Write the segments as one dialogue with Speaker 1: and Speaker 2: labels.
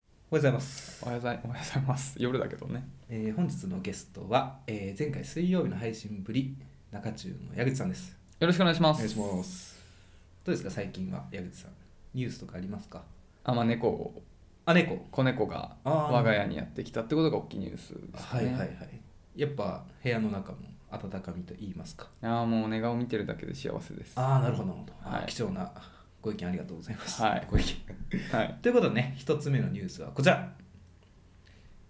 Speaker 1: おはようございます、
Speaker 2: おはようございおはようございます。夜だけどね。
Speaker 1: えー本日のゲストは、えー前回水曜日の配信ぶり中中の矢口さんです
Speaker 2: よろしくお願いしま
Speaker 1: お
Speaker 2: す。
Speaker 1: 願いしますどうですか最近は矢口さんニュースとかありますか
Speaker 2: あ、まあ、猫を、
Speaker 1: あ猫
Speaker 2: 子猫が
Speaker 1: あー
Speaker 2: 我が家にやってきたってことが大きいニュースですか
Speaker 1: はい
Speaker 2: ね。
Speaker 1: はいはいやっぱ部屋の中も温かみと言いますか
Speaker 2: ああ、もう寝顔見てるだけで幸せです。は
Speaker 1: ああなるほどなるほど、あー
Speaker 2: はい
Speaker 1: 貴重なご意見ありがとうございます、
Speaker 2: はい
Speaker 1: ご意見
Speaker 2: い。
Speaker 1: ということでね一つ目のニュースはこちら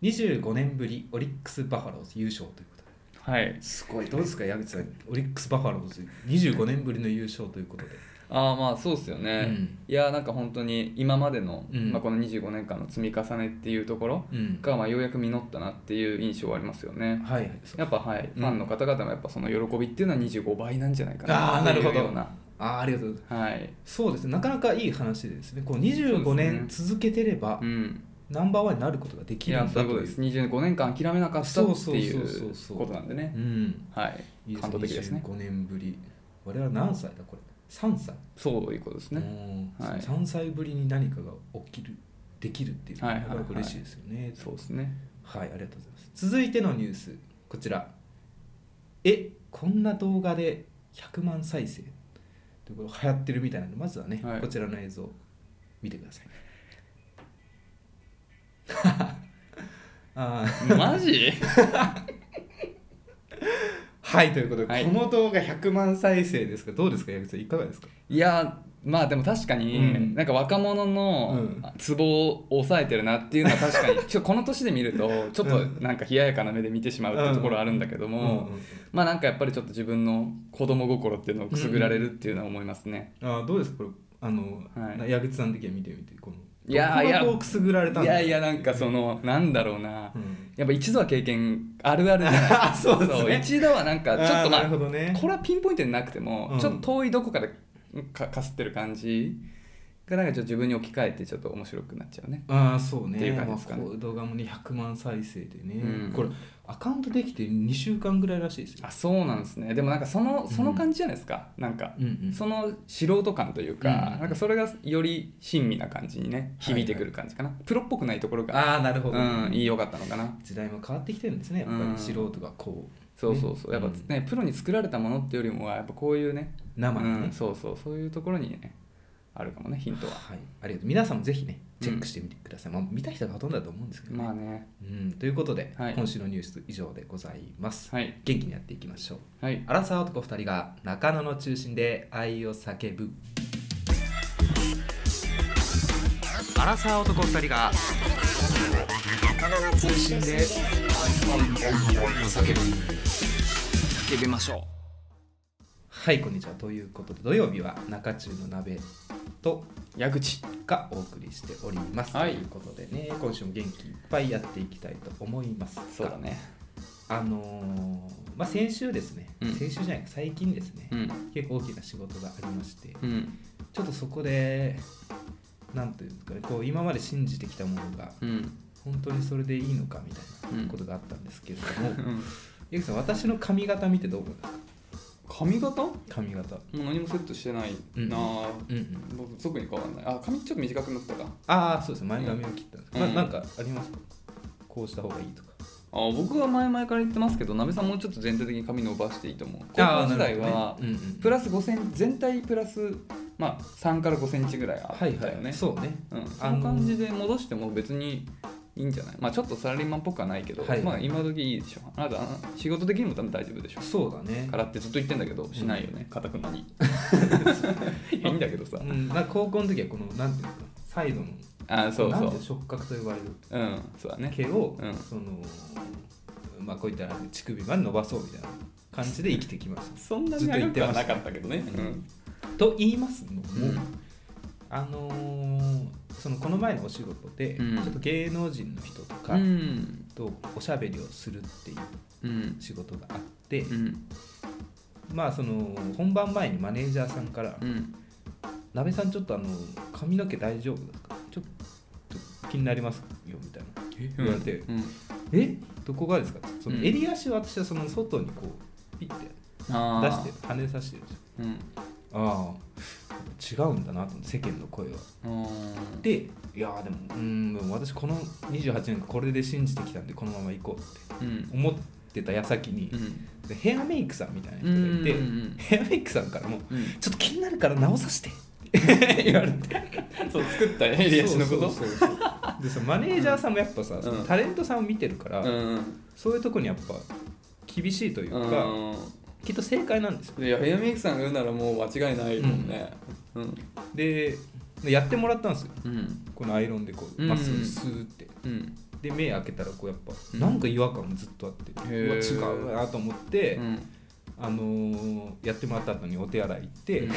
Speaker 1: 25年ぶりオリックス・バファローズ優勝ということで
Speaker 2: はい。
Speaker 1: すごいどうですか矢口さんオリックス・バファローズ25年ぶりの優勝ということで
Speaker 2: ああ、まあ、そうですよね。
Speaker 1: うん
Speaker 2: いやー、なんか本当に今までの、
Speaker 1: うん
Speaker 2: まあ、この25年間の積み重ねっていうところ
Speaker 1: うん
Speaker 2: が、まあ、ようやく実ったなっていう印象はありますよね。
Speaker 1: はいはいそう
Speaker 2: やっぱはい、
Speaker 1: うん
Speaker 2: ファンの方々もやっぱその喜びっていうのは25倍なんじゃないか
Speaker 1: ああ
Speaker 2: な
Speaker 1: な
Speaker 2: って
Speaker 1: るほ
Speaker 2: いうよ
Speaker 1: ど
Speaker 2: うな。
Speaker 1: ああありがとうございま
Speaker 2: はい。
Speaker 1: すそうですねなかなかいい話でですねこう
Speaker 2: そ
Speaker 1: 25
Speaker 2: うですね
Speaker 1: 年続けてれば、
Speaker 2: うん。
Speaker 1: ナンバーワンになることができ
Speaker 2: い
Speaker 1: る
Speaker 2: や
Speaker 1: ん
Speaker 2: そう
Speaker 1: だ
Speaker 2: いう
Speaker 1: と
Speaker 2: こと
Speaker 1: い
Speaker 2: です
Speaker 1: う
Speaker 2: 25年間諦めなかったっ
Speaker 1: そ
Speaker 2: てい
Speaker 1: うそうそうそうそうう
Speaker 2: ことなんでね
Speaker 1: うん
Speaker 2: はい
Speaker 1: いいです
Speaker 2: 感動的ですね
Speaker 1: 25年ぶり我々は何歳だこれ3歳
Speaker 2: そういうことですね
Speaker 1: うん
Speaker 2: はい
Speaker 1: 3歳ぶりに何かが起きるできるっていうのは
Speaker 2: はい
Speaker 1: なかなか嬉しいですよね、
Speaker 2: そうですね
Speaker 1: はい、ありがとうございます。続いてのニュース、こちら。え、こんな動画で100万再生ということ流行ってるみたいなので、まずはね、
Speaker 2: はい
Speaker 1: こちらの映像、見てください。 あー
Speaker 2: マジ
Speaker 1: はい、ということで、
Speaker 2: はい
Speaker 1: この動画100万再生ですが、どうですか、矢口さん、いかがですか
Speaker 2: いやまあでも確かに、
Speaker 1: うん
Speaker 2: なんか若者の
Speaker 1: うん
Speaker 2: ツボを抑えてるなっていうのは確 かにちょこの年で見るとちょっとなんか冷ややかな目で見てしまうっていうところはあるんだけども、
Speaker 1: うんうん
Speaker 2: まあなんかやっぱりちょっと自分の子供心っていうのをくすぐられるっていうのは思いますね、
Speaker 1: あーどうですか、これ、あの、
Speaker 2: はい
Speaker 1: な矢口さん的には見てみて、この、
Speaker 2: いやー
Speaker 1: どこが
Speaker 2: いや
Speaker 1: こうくすぐられたん
Speaker 2: い
Speaker 1: だろ
Speaker 2: や
Speaker 1: う
Speaker 2: いやなんかそのなんだろうな、
Speaker 1: うん
Speaker 2: やっぱ一度は経験あるあるじゃない
Speaker 1: あそうですね
Speaker 2: そ一度はなんかちょっ
Speaker 1: あー
Speaker 2: とま
Speaker 1: なる
Speaker 2: あ
Speaker 1: ほどね。
Speaker 2: これはピンポイントでなくても、
Speaker 1: うん
Speaker 2: ちょっと遠いどこかでかかすってる感じがなんかちょっと自分に置き換えてちょっと面白くなっちゃうね
Speaker 1: ああそうね
Speaker 2: っていう感じですかね
Speaker 1: まあこういう動画もね100万再生でね、
Speaker 2: うん
Speaker 1: これアカウントできて2週間ぐらいらしいですよ
Speaker 2: あそうなんですねでもなんかそのその感じじゃないですか、なんか
Speaker 1: うんうん
Speaker 2: その素人感というか、
Speaker 1: うん
Speaker 2: なんかそれがより親身な感じにね響いてくる感じかな、プロっぽくないところが
Speaker 1: ああなるほどね、
Speaker 2: うんいいよかったのかな
Speaker 1: 時代も変わってきてるんですねやっぱ
Speaker 2: うん
Speaker 1: り素人がこ
Speaker 2: そうそうそう、
Speaker 1: ね
Speaker 2: やっぱね、プロに作られたものってよりもはやっぱこういうね
Speaker 1: う生のね、
Speaker 2: うん、そうそうそういうところにねあるかもねヒントは
Speaker 1: はい、ありがとう皆さんもぜひねチェックしてみてください、まあ、見た人がほとんどだと思うんですけどね、
Speaker 2: まあね
Speaker 1: うん、ということで、
Speaker 2: はい
Speaker 1: 今週のニュース以上でございます、
Speaker 2: はい
Speaker 1: 元気にやっていきましょう
Speaker 2: はい
Speaker 1: アラサー男2人が中野の中心で愛を叫ぶアラサー男2人が中野の中心で愛を叫ぶ
Speaker 2: 叫びましょ
Speaker 1: はいこんにちはということで土曜日は中中の鍋と
Speaker 2: う矢口
Speaker 1: がお送りしております、
Speaker 2: はい
Speaker 1: ということでね今週も元気いっぱいやっていきたいと思いますが
Speaker 2: そうだね
Speaker 1: あのーまあ先週ですね、
Speaker 2: うん
Speaker 1: 先週じゃない最近ですね、
Speaker 2: うん
Speaker 1: 結構大きな仕事がありまして
Speaker 2: うん
Speaker 1: ちょっとそこで何というんですかねこう今まで信じてきたものが
Speaker 2: うん
Speaker 1: 本当にそれでいいのかみたい
Speaker 2: うん
Speaker 1: なことがあったんですけれども、
Speaker 2: うん
Speaker 1: ゆきさん私の髪型見てどう思いますか
Speaker 2: 髪型も
Speaker 1: 髪型
Speaker 2: う何もセットしてないなあ、
Speaker 1: うんうん
Speaker 2: 僕特に変わらないあ髪ちょっと短くなったか
Speaker 1: ああそうですね前髪を切ったんですけど、
Speaker 2: うん
Speaker 1: ななんかありますかこうした方がいいとか
Speaker 2: あ僕は前々から言ってますけどなべさんもうちょっと全体的に髪伸ばしていいと思う高校時代は、
Speaker 1: うんうん、
Speaker 2: プラス5セン全体プラスまあ3から5センチぐらいあったよね、
Speaker 1: はいはいそうね
Speaker 2: うん、そ
Speaker 1: あの
Speaker 2: の感じで戻しても別にいいんじゃないまあちょっとサラリーマンっぽくはないけど、
Speaker 1: はい
Speaker 2: まあ今時いいでしょあなたあの仕事的にも多分大丈夫でしょ
Speaker 1: そうだね
Speaker 2: からってずっと言ってんだけどしないよねかたくなに いいんだけどさ
Speaker 1: うん、なんか高校の時はこのなんていうんですかサイドの
Speaker 2: あそうそ
Speaker 1: なん
Speaker 2: う
Speaker 1: て触覚と呼ばれる
Speaker 2: うんそうだね
Speaker 1: 毛を、
Speaker 2: うん
Speaker 1: そのまあこういったら乳首まで伸ばそうみたいな感じで生きてきました
Speaker 2: そんな
Speaker 1: ず
Speaker 2: に
Speaker 1: っと言っ
Speaker 2: 長
Speaker 1: て
Speaker 2: く
Speaker 1: ま
Speaker 2: は
Speaker 1: した
Speaker 2: なかったけどねうん
Speaker 1: と言いますのも、
Speaker 2: うん
Speaker 1: あのーそのこの前のお仕事で、
Speaker 2: うん
Speaker 1: ちょっと芸能人の人と
Speaker 2: う
Speaker 1: か
Speaker 2: ん
Speaker 1: とおしゃべりをするっていう
Speaker 2: うん
Speaker 1: 仕事があって、
Speaker 2: うん
Speaker 1: まあその本番前にマネージャーさんから「
Speaker 2: うん
Speaker 1: なべさんちょっとあの髪の毛大丈夫ですかちょちょっと気になりますよ」みたいな言われて
Speaker 2: うん
Speaker 1: 「えどこがですか?」その
Speaker 2: うん
Speaker 1: 襟足を私はその外にこうピッて
Speaker 2: あ
Speaker 1: 出
Speaker 2: あ
Speaker 1: して跳ねさせてるじゃん
Speaker 2: うん
Speaker 1: ああ違うんだなと思って世間の声は。
Speaker 2: うん
Speaker 1: でいやーでもうーん私この28年これで信じてきたんでこのまま行こうって
Speaker 2: うん
Speaker 1: 思ってた矢先に
Speaker 2: う、ん
Speaker 1: でヘアメイクさんみたいな人がいて、
Speaker 2: うんうんうん
Speaker 1: ヘアメイクさんからも
Speaker 2: うん
Speaker 1: 「ちょっと気になるから直させて」って 言われて
Speaker 2: そう作ったエイリア氏のこと
Speaker 1: そうそうそうでさマネージャーさんもやっぱさ、そのタレントさんを見てるから、
Speaker 2: うん
Speaker 1: そういうとこにやっぱ厳しいという
Speaker 2: うん
Speaker 1: か、きっと正解なんですよ
Speaker 2: うんいやヘアメイクさんが言うならもう間違いないもんねうん
Speaker 1: ででやってもらったんですよ
Speaker 2: うん
Speaker 1: このアイロンでこう
Speaker 2: うん
Speaker 1: まっすぐスーって、
Speaker 2: うん
Speaker 1: で目開けたらこうやっぱ、
Speaker 2: うん
Speaker 1: なんか違和感もずっとあって
Speaker 2: へー
Speaker 1: うわ違うなと思って、
Speaker 2: うん
Speaker 1: あのーやってもらった後にお手洗い行って、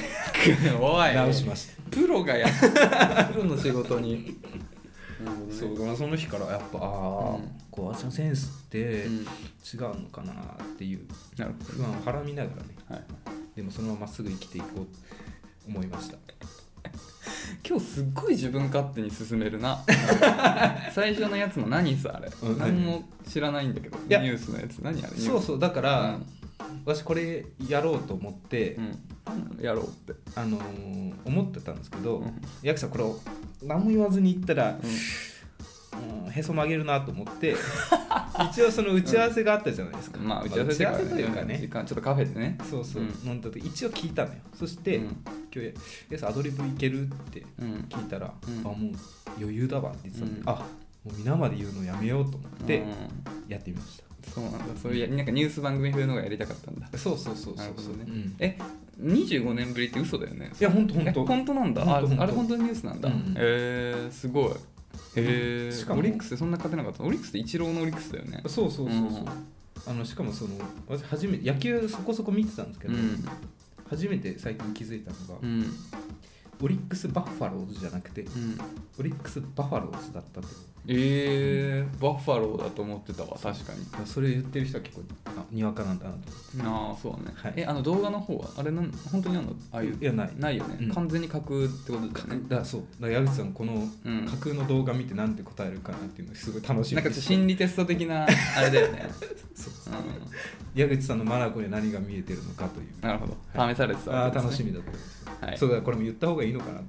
Speaker 2: お い
Speaker 1: 直しました、
Speaker 2: プロがやったプロの仕事に
Speaker 1: そうだからその日からやっぱああ、
Speaker 2: うん
Speaker 1: こう私のセンスって違
Speaker 2: う
Speaker 1: うんのかなっていう
Speaker 2: なる
Speaker 1: 不安をはらみながらね
Speaker 2: ほどはい
Speaker 1: でもそのまままっすぐ生きていこうと思いました
Speaker 2: 今日すっごい自分勝手に進め るな最初のやつも何さあれ、
Speaker 1: うん
Speaker 2: 何も知らないんだけどニ
Speaker 1: や
Speaker 2: ュースのやつ何あれニュース
Speaker 1: そうそうだから、
Speaker 2: うん
Speaker 1: 私これやろうと思って、
Speaker 2: うん、やろうって、
Speaker 1: あのー思ってたんですけど、
Speaker 2: うん
Speaker 1: 役者これを何も言わずに行ったら、うんへそ曲げるなと思って 一応その打ち合わせがあったじゃないですか、
Speaker 2: まあ打ち合わせてから
Speaker 1: 打ち合わせというかね
Speaker 2: 時間ちょっとカフェでね
Speaker 1: そうそう、
Speaker 2: うん
Speaker 1: 飲んだ時一応聞いたのよそして、
Speaker 2: うん
Speaker 1: 今日「えさアドリブいける?」って
Speaker 2: うん
Speaker 1: 聞いたら「
Speaker 2: うん
Speaker 1: あもう余裕だわ」って言ってたんで、
Speaker 2: うん
Speaker 1: あもう皆まで言うのやめようと思って
Speaker 2: うん
Speaker 1: やってみました、
Speaker 2: そうなんだそういうやなんかニュース番組風のがやりたかったんだ
Speaker 1: そうそうそう
Speaker 2: な
Speaker 1: そ
Speaker 2: る
Speaker 1: う
Speaker 2: ほど
Speaker 1: そう
Speaker 2: ね、
Speaker 1: ん
Speaker 2: え25年ぶりって嘘だよね
Speaker 1: いやほんとほん
Speaker 2: え
Speaker 1: と
Speaker 2: 本当なんだ
Speaker 1: ほんと
Speaker 2: あ
Speaker 1: ほんと
Speaker 2: あれ本当にニュースなんだ、
Speaker 1: うんうん
Speaker 2: えー、すごいえ
Speaker 1: し
Speaker 2: ー、
Speaker 1: かも
Speaker 2: オリックスでそんな勝てなかったオリックスってイチローのオリックスだよね
Speaker 1: そうそうそうそう、
Speaker 2: うん
Speaker 1: あのしかもその私初めて野球そこそこ見てたんですけど、
Speaker 2: うん
Speaker 1: 初めて最近気づいたのが、
Speaker 2: うん
Speaker 1: オリックス・バッファローズじゃなくて
Speaker 2: うん
Speaker 1: オリックス・バファローズだったって
Speaker 2: えー、バッファローだと思ってたわ確かに
Speaker 1: あそれ言ってる人は結構あにわかなんだなと
Speaker 2: ああそうね、
Speaker 1: はい
Speaker 2: えあの動画の方はあれなん本当にあんのああい
Speaker 1: 思っ
Speaker 2: う
Speaker 1: ていやない
Speaker 2: ないよね、
Speaker 1: うん
Speaker 2: 完全に架空ってことだよね
Speaker 1: だからそうだから矢口さんこの
Speaker 2: うん
Speaker 1: 架空の動画見てなんて答えるかなっていうのすごい楽しみ
Speaker 2: なんかちょっと心理テスト的 なあれだよね、
Speaker 1: そう
Speaker 2: う、
Speaker 1: 矢口さんのマナコに何が見えてるのかというん
Speaker 2: なるほ
Speaker 1: は
Speaker 2: ど試されてた
Speaker 1: あ
Speaker 2: わ
Speaker 1: ー
Speaker 2: けで
Speaker 1: 楽
Speaker 2: すね、
Speaker 1: しみだと思います、
Speaker 2: はい
Speaker 1: そうだこれも言った方がいいのかなと思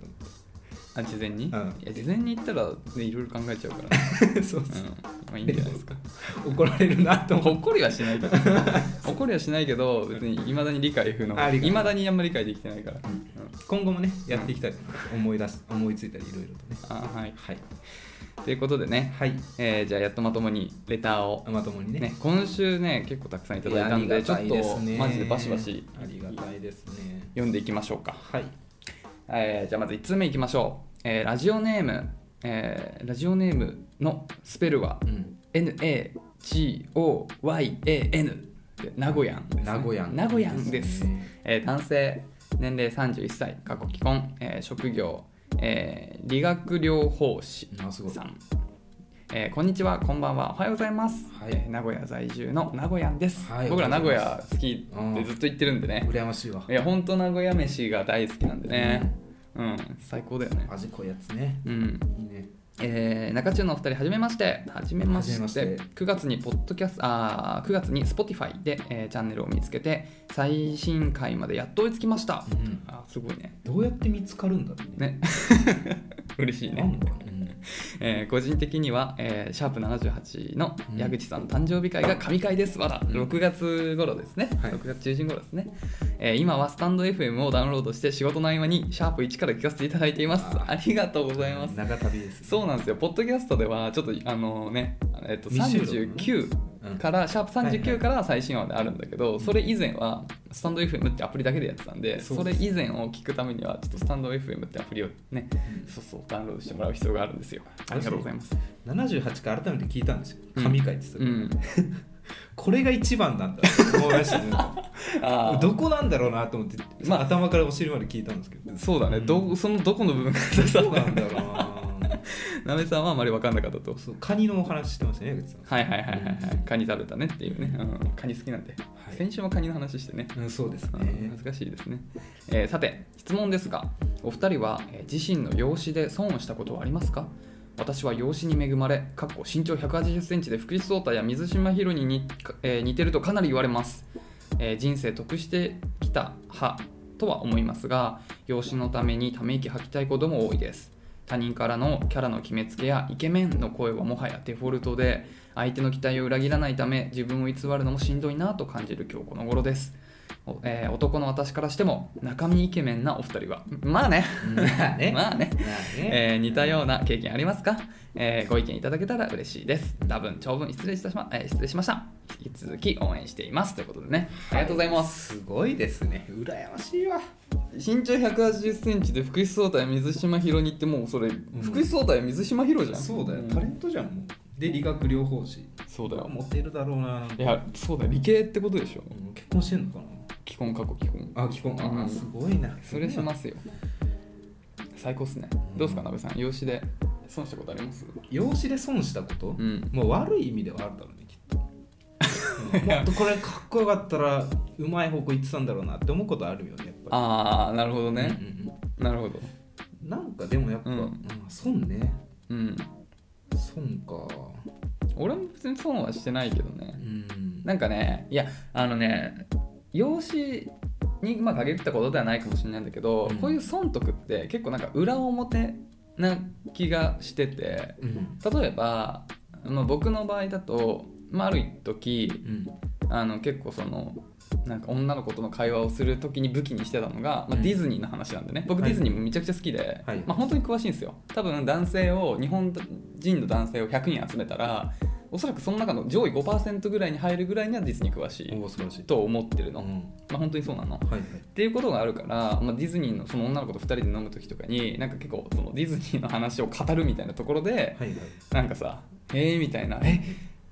Speaker 2: あ事前に、
Speaker 1: うん
Speaker 2: いや事前に言ったら、ね、いろいろ考えちゃうから、
Speaker 1: って そう
Speaker 2: うん
Speaker 1: そ
Speaker 2: まあ、いいんじゃないですか
Speaker 1: う怒られるなと思 って
Speaker 2: 怒りはしないけど 怒りはしないけど別にいまだに理解不
Speaker 1: あ
Speaker 2: 能
Speaker 1: 理解
Speaker 2: いまだにあんまり理解できてないから、
Speaker 1: うん今後もねやっていきたいと思い出す思いついたりいろいろとね
Speaker 2: あーはい
Speaker 1: はい
Speaker 2: ということでね、
Speaker 1: はい
Speaker 2: えーじゃあやっとまともにレターを
Speaker 1: まともにね
Speaker 2: ね、今週ね結構たくさんいただいたので
Speaker 1: やあり
Speaker 2: ちょ
Speaker 1: が
Speaker 2: っ
Speaker 1: いで
Speaker 2: と
Speaker 1: すね
Speaker 2: マジでバシバシ
Speaker 1: ありがたいですね
Speaker 2: 読んでいきましょうか、
Speaker 1: はい
Speaker 2: えーじゃあまず1通目いきましょう、えーラジオネーム、えーラジオネームのスペルは
Speaker 1: うん、
Speaker 2: NAGOYAN で名古屋んですね
Speaker 1: 名古屋
Speaker 2: 名古屋んです、
Speaker 1: ね
Speaker 2: えー男性年齢31歳過去既婚、えー職業、えー理学療法士
Speaker 1: あすごい
Speaker 2: さん、えーこんにちはこんばんはおはようございます、
Speaker 1: はい
Speaker 2: えー名古屋在住の名古屋んです、
Speaker 1: はい
Speaker 2: 僕ら
Speaker 1: おは
Speaker 2: 名
Speaker 1: ようご
Speaker 2: 古
Speaker 1: ざいま
Speaker 2: 屋好きってずっと言ってるんでね
Speaker 1: 羨ましいわ
Speaker 2: いや本当名古屋飯が大好きなんでねうん最高だよね
Speaker 1: 味濃いやつね
Speaker 2: うん
Speaker 1: いいね
Speaker 2: えー中中のお二人はじめましてはじめまして
Speaker 1: はじめまして
Speaker 2: 9月にポッドキャスあー9月に Spotify で、えーチャンネルを見つけて最新回までやっと追いつきました、
Speaker 1: うん
Speaker 2: あーすごいね
Speaker 1: どうやって見つかるんだろうね
Speaker 2: ね嬉しいね
Speaker 1: なんだろうね
Speaker 2: えー個人的には、えーシャープ78の矢口さんの誕生日会が神回ですわら、
Speaker 1: うん
Speaker 2: 6月頃ですね、
Speaker 1: はい
Speaker 2: 6月中旬頃ですね、えー今はスタンド FM をダウンロードして仕事の合間にシャープ1から聞かせていただいています
Speaker 1: あ
Speaker 2: ありがとうございます
Speaker 1: 長旅です
Speaker 2: そうなんですよポッドキャストではちょっとあのね、えっと、
Speaker 1: 未収
Speaker 2: 39から、シャープ39から最新話であるんだけど、それ以前はスタンド FM ってアプリだけでやってたんで
Speaker 1: そ
Speaker 2: そう
Speaker 1: で
Speaker 2: れ
Speaker 1: す
Speaker 2: 以前を聞くためにはちょっとスタンド FM ってアプリをね、そうそうダウンロードしてもらう必要があるんですよありがとうございます
Speaker 1: 78回改めて聞いたんですよ
Speaker 2: うん
Speaker 1: 神回って言ってた
Speaker 2: う
Speaker 1: から
Speaker 2: ん
Speaker 1: これが一番なんだって思いましたね
Speaker 2: あー
Speaker 1: どこなんだろうなと思って
Speaker 2: まあ
Speaker 1: 頭からお尻まで聞いたんですけど
Speaker 2: そうだね、どそのどこの部分が刺さ
Speaker 1: ど
Speaker 2: っ
Speaker 1: こなんだろうな
Speaker 2: たなべさんはあまり分かんなかったと
Speaker 1: そうカニのお話してましたね矢口さん
Speaker 2: はいはいはいはいはいカニ食べたねっていうね、うん、カニ好きなんで、
Speaker 1: い
Speaker 2: 先週もカニの話してね
Speaker 1: うん、そうです
Speaker 2: うん
Speaker 1: ね
Speaker 2: 恥ずかしいですね、えーさて質問ですがお二人は、えー自身の養子で損をしたことはありますか私は養子に恵まれかっこ身長1 8 0ンチで福士蒼太や水島ひろにに、えー似てるとかなり言われます、えー人生得してきた派ととは思いますが養子のためにため息吐きたいことも多いです他人からのキャラの決めつけやイケメンの声はもはやデフォルトで相手の期待を裏切らないため自分を偽るのもしんどいなと感じる今日この頃です、おえー男の私からしても中身イケメンなお二人はまあね
Speaker 1: まあね
Speaker 2: まあ
Speaker 1: まあ
Speaker 2: ね
Speaker 1: ね
Speaker 2: えー似たような経験ありますか、えーご意見いただけたら嬉しいです。多分長文失礼いたしま、えー失礼しました。引き続き応援しています。ということでね、ありがとうございます。
Speaker 1: すごいですね羨ましいわ
Speaker 2: 身長180センチで福士蒼太や水島ひろにってもうそれ、福士蒼太や水島ひろじゃん。
Speaker 1: そうだよ
Speaker 2: ん
Speaker 1: タレントじゃんもうで理学療法士
Speaker 2: そうだよ。
Speaker 1: モテるだろうななんか
Speaker 2: いや、そうだよ。理系ってことでしょ。
Speaker 1: うん結婚してんのか
Speaker 2: 既婚過去既婚。
Speaker 1: なあ既婚あ、
Speaker 2: うん
Speaker 1: すごいな
Speaker 2: それしますすよ。最高っすね。どうっすか、なべさん。養子で損したことあります
Speaker 1: 養子で損したこと、
Speaker 2: うん。
Speaker 1: まあ悪い意味ではあるだろうねきっ と、うんもっとこれかっこよかったらうまい方向行ってたんだろうなって思うことあるよねやっぱ
Speaker 2: あー、なるほど
Speaker 1: り
Speaker 2: ね。
Speaker 1: うんうん
Speaker 2: なるほど。
Speaker 1: うんなんかでもやっぱ、
Speaker 2: うん
Speaker 1: うん損ね
Speaker 2: うん。
Speaker 1: 損か
Speaker 2: 俺も別に損はしてないけど
Speaker 1: う
Speaker 2: ね
Speaker 1: ん
Speaker 2: なんかねいやあのね養子にまあ限ったことではないかもしれないんだけど、
Speaker 1: うん
Speaker 2: こういう損得って結構なんか裏表な気がしてて
Speaker 1: うん
Speaker 2: 例えば、まあ、僕の場合だと、まあ、ある時
Speaker 1: うん
Speaker 2: あの結構そのなんか女の子との会話をする時に武器にしてたのが、ま
Speaker 1: う
Speaker 2: あ
Speaker 1: ん
Speaker 2: ディズニーの話なんでね僕
Speaker 1: はい
Speaker 2: ディズニーもめちゃくちゃ好きで、
Speaker 1: はい
Speaker 2: まあ、本当に詳しいんですよ多分男性を日本人の男性を100人集めたらおそらくその中の上位5%ぐらいに入るぐらいにはディズニー詳し
Speaker 1: お
Speaker 2: い
Speaker 1: お素晴らしい
Speaker 2: と思ってるの、
Speaker 1: う
Speaker 2: ま
Speaker 1: ん
Speaker 2: あ、本当にそうなの
Speaker 1: はいはい
Speaker 2: っていうことがあるから、まあ、ディズニーのその女の子と2人で飲む時とかになんか結構そのディズニーの話を語るみたいなところで
Speaker 1: はいはい
Speaker 2: なんかさ「へえ」みたいな「え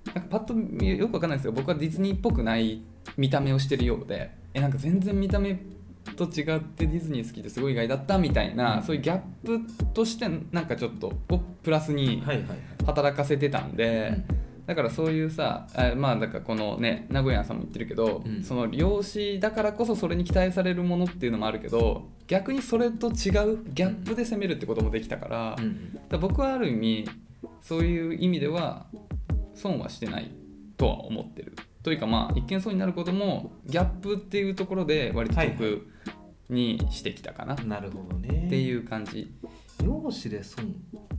Speaker 2: なんかパッと見よくわかんないですけど僕はディズニーっぽくない見た目をしてるようでえなんか全然見た目と違ってディズニー好きですごい意外だったみたいなそういうギャップとしてなんかちょっとをプラスに
Speaker 1: はいはいはい
Speaker 2: 働かせてたんで、
Speaker 1: うん
Speaker 2: だからそういうさあまあだからこのね名古屋さんも言ってるけど、
Speaker 1: うん
Speaker 2: その漁師だからこそそれに期待されるものっていうのもあるけど逆にそれと違うギャップで攻めるってこともできたから。
Speaker 1: うん
Speaker 2: だから僕はある意味そういう意味では損はしてないとは思ってるというかまあ一見損になることもギャップっていうところで割と得にしてきたかなっ
Speaker 1: なるほどね
Speaker 2: ていう感じ、
Speaker 1: 容姿で損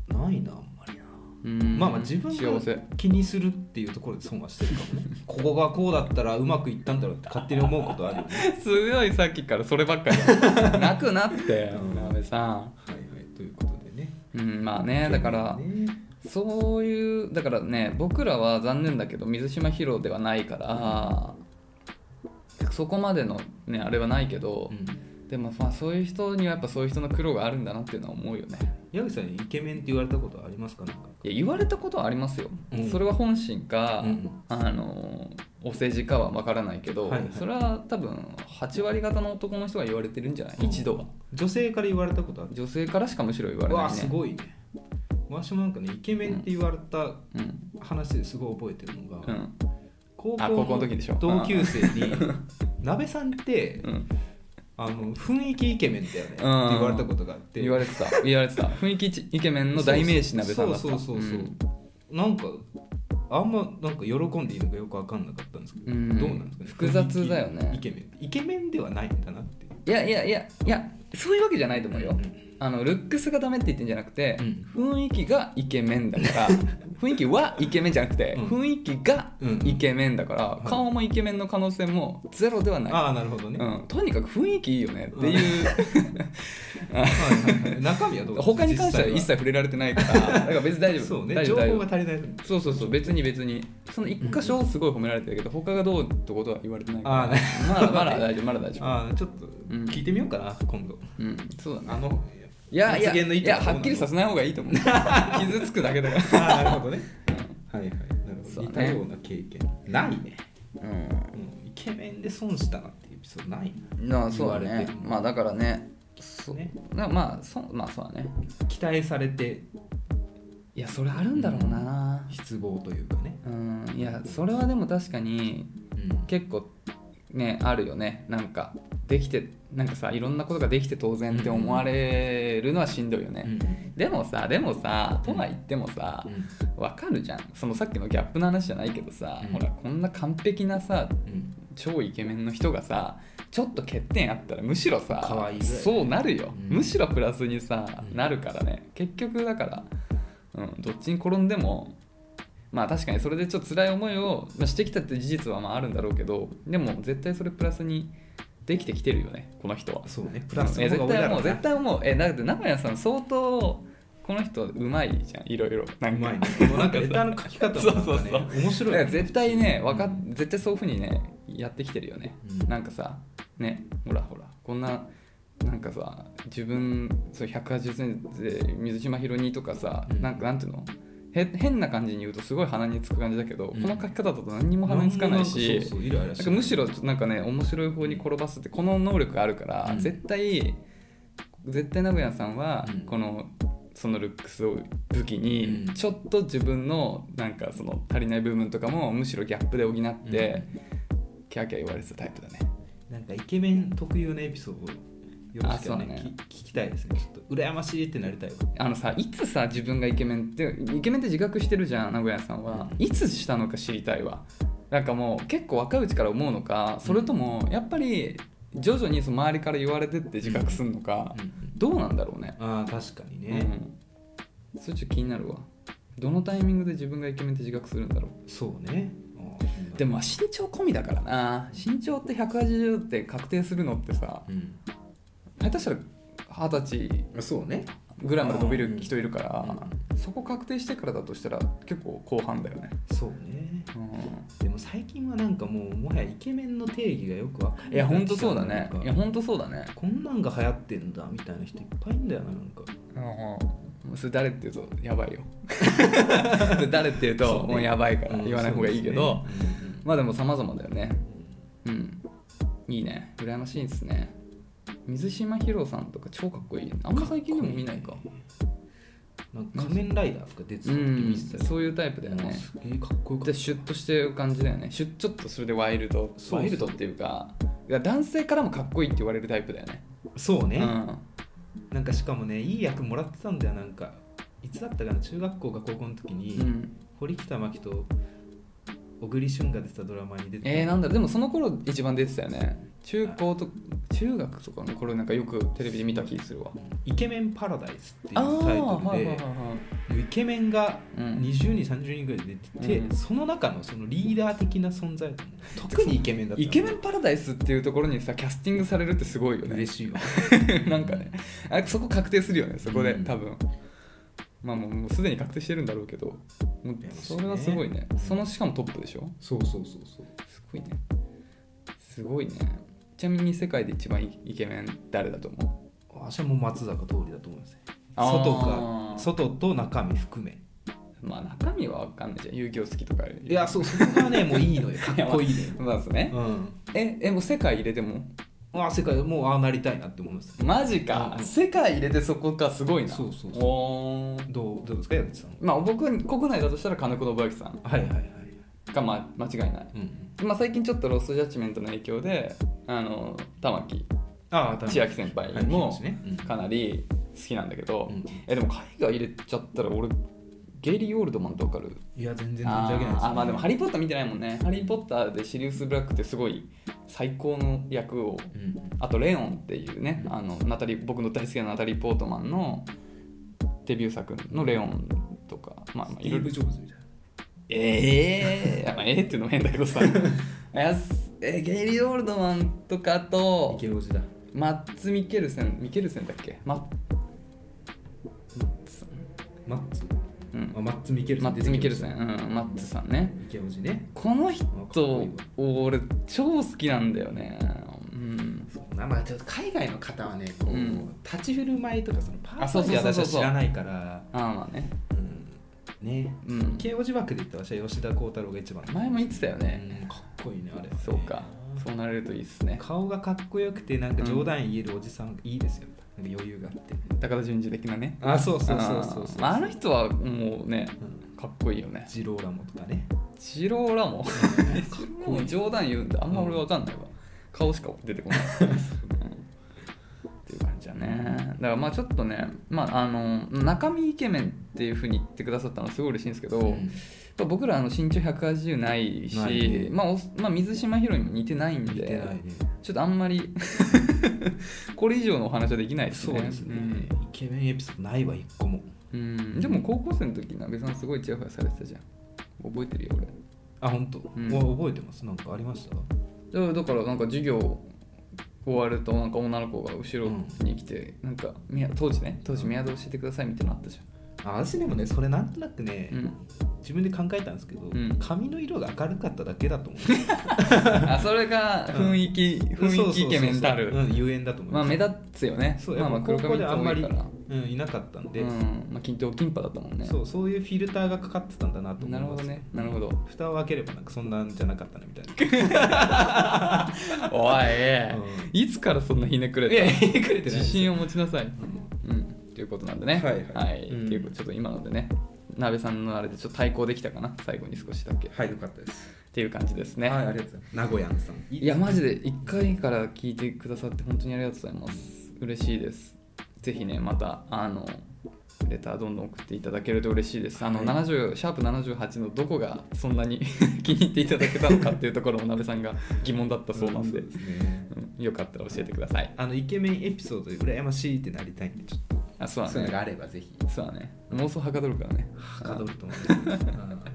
Speaker 1: ないなあんまりな
Speaker 2: うん
Speaker 1: まあまあ自分
Speaker 2: 幸せ
Speaker 1: が気にするっていうところで損はしてるかもねここがこうだったらうまくいったんだろうって勝手に思うことあるよ ね
Speaker 2: すごいさっきからそればっかりだ 泣くなって
Speaker 1: うん
Speaker 2: 安部さん
Speaker 1: はいはいということでね
Speaker 2: うんまあねだから
Speaker 1: ね
Speaker 2: そういうだからね僕らは残念だけど水島ヒロではないからそこまでのねあれはないけど、
Speaker 1: うん
Speaker 2: でもまあそういう人にはやっぱそういう人の苦労があるんだなっていうのは思うよね
Speaker 1: 矢口さんにイケメンって言われたことありますかなんか
Speaker 2: いや言われたことはありますよ、
Speaker 1: うん
Speaker 2: それは本心か、
Speaker 1: うん
Speaker 2: あのお世辞かは分からないけど、
Speaker 1: はいはい
Speaker 2: それは多分8割方の男の人が言われてるんじゃない、
Speaker 1: うん
Speaker 2: 一度は
Speaker 1: 女性から言われたことある
Speaker 2: 女性からしかむしろ言わ
Speaker 1: う
Speaker 2: れな
Speaker 1: わ
Speaker 2: い
Speaker 1: す
Speaker 2: ね
Speaker 1: ごいね私もなんかねイケメンって言われた
Speaker 2: うん
Speaker 1: 話ですごい覚えてるの
Speaker 2: う
Speaker 1: が、
Speaker 2: ん
Speaker 1: 高
Speaker 2: あ高校の時でしょ
Speaker 1: 同級生に「鍋さんって
Speaker 2: うん
Speaker 1: あの雰囲気イケメンだよね」って言われたことがあって
Speaker 2: 言われてた言われてた雰囲気イケメンの代名詞なべさんだった
Speaker 1: そうそうそうそう、なんかあんまなんか喜んでいいのかよく分かんなかったんですけど、
Speaker 2: うん
Speaker 1: どうなんですかね
Speaker 2: 複雑だよね
Speaker 1: イケメンイケメンではないんだなって
Speaker 2: いやいやいやいやそういうわけじゃないと思うよ、あのルックスがダメって言ってんじゃなくて、雰囲気がイケメン だから雰囲気はイケメンじゃなくて、
Speaker 1: うん
Speaker 2: 雰囲気がイケメンだから、
Speaker 1: うん
Speaker 2: 顔もイケメンの可能性もゼロではない、
Speaker 1: ああなるほどね、
Speaker 2: う
Speaker 1: はい
Speaker 2: ん、とにかく雰囲気いいよねっていう、
Speaker 1: はいはい、中身は どうですか
Speaker 2: 他に関しては一切触れられてないから だから別に大
Speaker 1: 実際
Speaker 2: 丈
Speaker 1: は
Speaker 2: 夫
Speaker 1: そうね
Speaker 2: 大
Speaker 1: 情
Speaker 2: 丈夫大
Speaker 1: 報
Speaker 2: 丈
Speaker 1: が
Speaker 2: 夫
Speaker 1: 足りない
Speaker 2: そうそうそう別に別にその一箇所すごい褒められてるけど、他がどうってことは言われてないから
Speaker 1: あーなる
Speaker 2: まだまだ大丈夫まだ大丈夫
Speaker 1: ああちょっと
Speaker 2: ん
Speaker 1: 聞いてみようかな、今度
Speaker 2: うんそうだね
Speaker 1: あの
Speaker 2: いやいや
Speaker 1: 発言の意
Speaker 2: い
Speaker 1: 図は
Speaker 2: や
Speaker 1: どうな
Speaker 2: は
Speaker 1: の
Speaker 2: っきりさせない方がいい と思う傷つくだけだから
Speaker 1: ああなるほどねはいはいなるほ
Speaker 2: そ
Speaker 1: ど、
Speaker 2: うね
Speaker 1: 似たような経験ないね、
Speaker 2: うん
Speaker 1: うん、イケメンで損したなっていうエピソードないな
Speaker 2: なあそうだ
Speaker 1: 言われ
Speaker 2: ね
Speaker 1: てる
Speaker 2: まあだからねそ
Speaker 1: ね
Speaker 2: なまあそまあそうだね
Speaker 1: 期待されて
Speaker 2: いやそれあるんだろうな
Speaker 1: 失望というかね、
Speaker 2: うんいやそれはでも確かに
Speaker 1: うん
Speaker 2: 結構ねあるよねなんかできてなんかさいろんなことができて当然って思われるのはしんどいよね、でもさでもさとは言ってもさわかるじゃんそのさっきのギャップの話じゃないけどさ、
Speaker 1: うん
Speaker 2: ほらこんな完璧なさ
Speaker 1: うん
Speaker 2: 超イケメンの人がさちょっと欠点あったらむしろさ
Speaker 1: 可愛いぐらい
Speaker 2: そうなるよ、
Speaker 1: うん
Speaker 2: むしろプラスにさ、
Speaker 1: うん
Speaker 2: なるからね結局だから、うん、どっちに転んでもまあ確かにそれでちょっと辛い思いをまあしてきたって事実はまああるんだろうけどでも絶対それプラスにできてきてるよねこの人は
Speaker 1: そうねプラス
Speaker 2: え
Speaker 1: の方が
Speaker 2: 絶
Speaker 1: 多いだ
Speaker 2: 対
Speaker 1: ろうな
Speaker 2: もう絶対もうえだって名古屋さん相当この人うまいじゃんいろいろなん
Speaker 1: うま
Speaker 2: か
Speaker 1: いねこのなんかレターの書き方もなんか、ね、
Speaker 2: そうそう
Speaker 1: 面
Speaker 2: だ
Speaker 1: 白い
Speaker 2: か
Speaker 1: よね
Speaker 2: ら絶対ねわかっ絶対そういうふうにねやってきてるよね、
Speaker 1: うん
Speaker 2: なんかさねほらほらこんななんかさ自分そう180センチで水島ひろにとかさ、
Speaker 1: うん
Speaker 2: なんかなんていうのへ変な感じに言うとすごい鼻につく感じだけど、
Speaker 1: うん
Speaker 2: この書き方だと何にも鼻につかないし
Speaker 1: んかそうそうイライラして
Speaker 2: なんかむしろちょっとなんかね面白い方に転ばすってこの能力があるから、
Speaker 1: うん
Speaker 2: 絶対絶対名古屋さんは
Speaker 1: うん
Speaker 2: この、そのルックスを武器に
Speaker 1: うん
Speaker 2: ちょっと自分のなんかその足りない部分とかもむしろギャップで補って、キャーキャー言われてたタイプだね
Speaker 1: なんかイケメン特有のエピソードをよろしければね
Speaker 2: あそうね
Speaker 1: き聞きたいですねちょっと羨ましいってなりたいわ
Speaker 2: あのさいつさ自分がイケメンってイケメンって自覚してるじゃん名古屋さんはいつしたのか知りたいわなんかもう結構若いうちから思うのかそれともやっぱり徐々にその周りから言われてって自覚するのか、
Speaker 1: うん
Speaker 2: どうなんだろうね
Speaker 1: あー確かにね、
Speaker 2: うん、それちょっと気になるわどのタイミングで自分がイケメンって自覚するんだろ
Speaker 1: そうねあー
Speaker 2: うでもまあ身長込みだからな身長って180って確定するのってさ
Speaker 1: うん
Speaker 2: 下手したら二十歳
Speaker 1: そうね
Speaker 2: ぐらいまで伸びる人いるから
Speaker 1: うん、
Speaker 2: そこ確定してからだとしたら結構後半だよね、
Speaker 1: そうね
Speaker 2: う、
Speaker 1: でも最近はなんかもうもはやイケメンの定義がよくわかんなんい
Speaker 2: いやほんとそうだね
Speaker 1: なんか
Speaker 2: いやほんとそうだね
Speaker 1: こんなんが流行ってんだみたいな人いっぱいいんだよななんか
Speaker 2: うんそれ誰って言うとや ばいよそれ誰って言うと
Speaker 1: そうね
Speaker 2: もうやばいから
Speaker 1: うん
Speaker 2: 言わない方がいいけど、
Speaker 1: そうですねうんうん
Speaker 2: まあでも様々だよねうんいいね羨ましいですね水島ひろさんとか超かっこいいあんま最近でも見ないか
Speaker 1: なんか仮面ライダーとか出て
Speaker 2: う
Speaker 1: た時
Speaker 2: ん
Speaker 1: 見てたよ
Speaker 2: そういうタイプだよ
Speaker 1: もう
Speaker 2: ね
Speaker 1: すげえかっこよか
Speaker 2: で
Speaker 1: っ
Speaker 2: シュッとしてる感じだよねシュッちょっとそれでワイルド
Speaker 1: そうそう
Speaker 2: ワイルドっていうかいや男性からもかっこいいって言われるタイプだよね
Speaker 1: たそうね、
Speaker 2: うん
Speaker 1: なんかしかもねいい役もらってたんだよなんかいつだったかな中学校か高校の時に、
Speaker 2: うん
Speaker 1: 堀北真希と小栗旬が出てたドラマに出てた
Speaker 2: えー、なんだろうでもその頃一番出てたよね中高と中学とかの頃なんかよくテレビで見た気するわ
Speaker 1: イケメンパラダイス」っていう
Speaker 2: あ
Speaker 1: タイト
Speaker 2: あ
Speaker 1: ルで、
Speaker 2: ーはいはいはいはい
Speaker 1: イケメンが
Speaker 2: うん
Speaker 1: 20人30人ぐらい出てて、
Speaker 2: うん
Speaker 1: その中のそのリーダー的な存在だね特にイケメンだった
Speaker 2: イケメ
Speaker 1: ン
Speaker 2: ンパラダイスっていうところにさキャスティングされるってすごいよね
Speaker 1: 嬉しいわ
Speaker 2: なんかねあそこ確定するよねそこで
Speaker 1: うん
Speaker 2: 多分まあもうもうすでに確定してるんだろうけどもうそれはすごいねそのしかもトップでしょ
Speaker 1: そうそうそうそう
Speaker 2: すごいねすごいねちなみに世界で一番イケメン誰だと思う
Speaker 1: 私はもう松坂通りだと思いますね
Speaker 2: あー
Speaker 1: 外か外と中身含め
Speaker 2: まあ中身は分かんないじゃん遊戯王好きとかい
Speaker 1: いやそうそこがねもう いいのよかっこいいのよ
Speaker 2: まあですね
Speaker 1: うん
Speaker 2: ええもう世界入れても
Speaker 1: あ世界もうああなりたいなって思います
Speaker 2: マジか
Speaker 1: うん
Speaker 2: 世界入れてそこかすごいな
Speaker 1: そうそうそう
Speaker 2: おー
Speaker 1: どうどうですか矢口さん
Speaker 2: まあ僕国内だとしたら金子信明さん
Speaker 1: はいはいはい
Speaker 2: が、まあ、間違いない
Speaker 1: うん
Speaker 2: まあ、最近ちょっとロストジャッジメントの影響であの玉木
Speaker 1: ああ多分
Speaker 2: 千秋先輩も
Speaker 1: ねうん
Speaker 2: かなり好きなんだけど、
Speaker 1: うん
Speaker 2: えでも海外入れちゃったら俺ゲイリー・オールドマンとわかる
Speaker 1: いや全然存
Speaker 2: あ
Speaker 1: じ上げないです
Speaker 2: ーあまあでも「ハ
Speaker 1: リ
Speaker 2: リー・ポッター」見てないもんね「ハリー・ポッター」でシリウス・ブラックってすごい最高の役をあと「レオン」っていうねあのナタリー僕の大好きなナタリー・ポートマンのデビュー作の「レオン」とかまあまあ
Speaker 1: スティ
Speaker 2: いろい
Speaker 1: ー
Speaker 2: ろ
Speaker 1: ブ・ジョブズみたいな
Speaker 2: ええー、まあええっていうのも変だけ どさいやすえーゲイリー・オールドマンとかあ
Speaker 1: イ
Speaker 2: と
Speaker 1: ケオジだ
Speaker 2: マッツ・ミケルセンミケルセンだっけマッマッツさん
Speaker 1: マッツ
Speaker 2: うん
Speaker 1: あマッツ・ミケルセ
Speaker 2: マ
Speaker 1: ン
Speaker 2: ッ
Speaker 1: 出てき
Speaker 2: ツ・
Speaker 1: ま
Speaker 2: ミケル
Speaker 1: し
Speaker 2: セ
Speaker 1: た
Speaker 2: ン、うん、マッツさんね
Speaker 1: イケオジね
Speaker 2: この
Speaker 1: あかっこいい
Speaker 2: 人
Speaker 1: わ
Speaker 2: 俺超好きなんだよねうん
Speaker 1: そうなまあちょっと海外の方はねこう、
Speaker 2: うん
Speaker 1: 立ち振る舞いとかそのパーソナリティ
Speaker 2: あそう
Speaker 1: 私
Speaker 2: そうそうそう
Speaker 1: は知らないから
Speaker 2: ああまあね
Speaker 1: うんね
Speaker 2: うん
Speaker 1: 慶応字幕で言ったら私は吉田鋼太郎が一番
Speaker 2: 前も言ってたよね、
Speaker 1: うんかっこいいねあれ
Speaker 2: そうかそうなれるといいっすね
Speaker 1: 顔がかっこよくてなんか冗談言えるおじさん、いいですよなんか余裕があって
Speaker 2: 高田純次的なね
Speaker 1: あそうそうそ
Speaker 2: あ
Speaker 1: う
Speaker 2: ー
Speaker 1: そうそう
Speaker 2: まああの人はもうね
Speaker 1: うん
Speaker 2: かっこいいよね
Speaker 1: ジローラモとかね
Speaker 2: ジローラモ
Speaker 1: か っ
Speaker 2: もう冗談言うんだあんま俺わかんないわ、顔しか出てこないうんっていう感じだよねだからまあちょっとね、まあ、あの中身イケメンっていうふうに言ってくださったのはすごい嬉しいんですけど、
Speaker 1: うん
Speaker 2: まあ僕らあの身長180ないし、
Speaker 1: ないね
Speaker 2: まあ、おまあ水島ヒロインも似てないんで
Speaker 1: 似てないね
Speaker 2: ちょっとあんまり これ以上のお話はできないです
Speaker 1: そう
Speaker 2: ね
Speaker 1: ですね、イケメンエピソードないわ一個も
Speaker 2: うん、うんでも高校生の時なべさんすごいチヤホヤされてたじゃん覚えてるよ俺
Speaker 1: あ本当、
Speaker 2: ん
Speaker 1: うわ覚えてますなんかありました
Speaker 2: だからだからなんか授業終わるとなんか女の子が後ろに来て、なんかみ当時ね当時メアド教えてくださいみたいなのあったじ
Speaker 1: あ私でもねそれなんとなくね、
Speaker 2: ゃん、うん、
Speaker 1: 自分で考えたんですけど、
Speaker 2: ん
Speaker 1: 髪の色が明るかっただけだと思う
Speaker 2: あそれが雰囲 気、雰囲気イケメンたる
Speaker 1: そうそうそうそううん、ゆえんだと思い
Speaker 2: ま
Speaker 1: ま
Speaker 2: あ
Speaker 1: す、
Speaker 2: 目立つよね
Speaker 1: そう
Speaker 2: まあまあ黒
Speaker 1: やっぱ高
Speaker 2: 髪
Speaker 1: 校であんまり
Speaker 2: 多いから
Speaker 1: うん、いなかったんで、
Speaker 2: うんまあ均等金パだったもんね
Speaker 1: そうそういうフィルターがかかってたんだなと思
Speaker 2: ないるほ
Speaker 1: ま
Speaker 2: ど
Speaker 1: す
Speaker 2: ねなる ほど
Speaker 1: 蓋を開ければなんかそんなんじゃなかったなみたいな
Speaker 2: おい、いつからそんなひねくれた
Speaker 1: いやひねくれてない
Speaker 2: 自信を持ちなさいうんということなんでね
Speaker 1: はいはいうん
Speaker 2: っていうことちょっと今のでね鍋さんのあれでちょっと対抗できたかな最後に少しだけっ
Speaker 1: はいよかったです、
Speaker 2: ていう感じですね、
Speaker 1: はいありがとうございます名古屋さんい
Speaker 2: いやマジで1回から聞いてくださって本当にありがとうございます嬉しいですぜひねまたあのレターどんどん送っていただけると嬉しいですあの、
Speaker 1: はい
Speaker 2: 70シャープ78のどこがそんなに 気に入っていただけたのかっていうところもなべさんが疑問だったそうなんで、
Speaker 1: すね
Speaker 2: うんよかったら教えてください
Speaker 1: あのイケメンエピソードで羨ましいってなりたいんでちょっと
Speaker 2: あそうだ
Speaker 1: そういうのが
Speaker 2: ね
Speaker 1: あればぜひ
Speaker 2: そうだね妄想はかどるからね
Speaker 1: はかどると思うんですけどうんなんか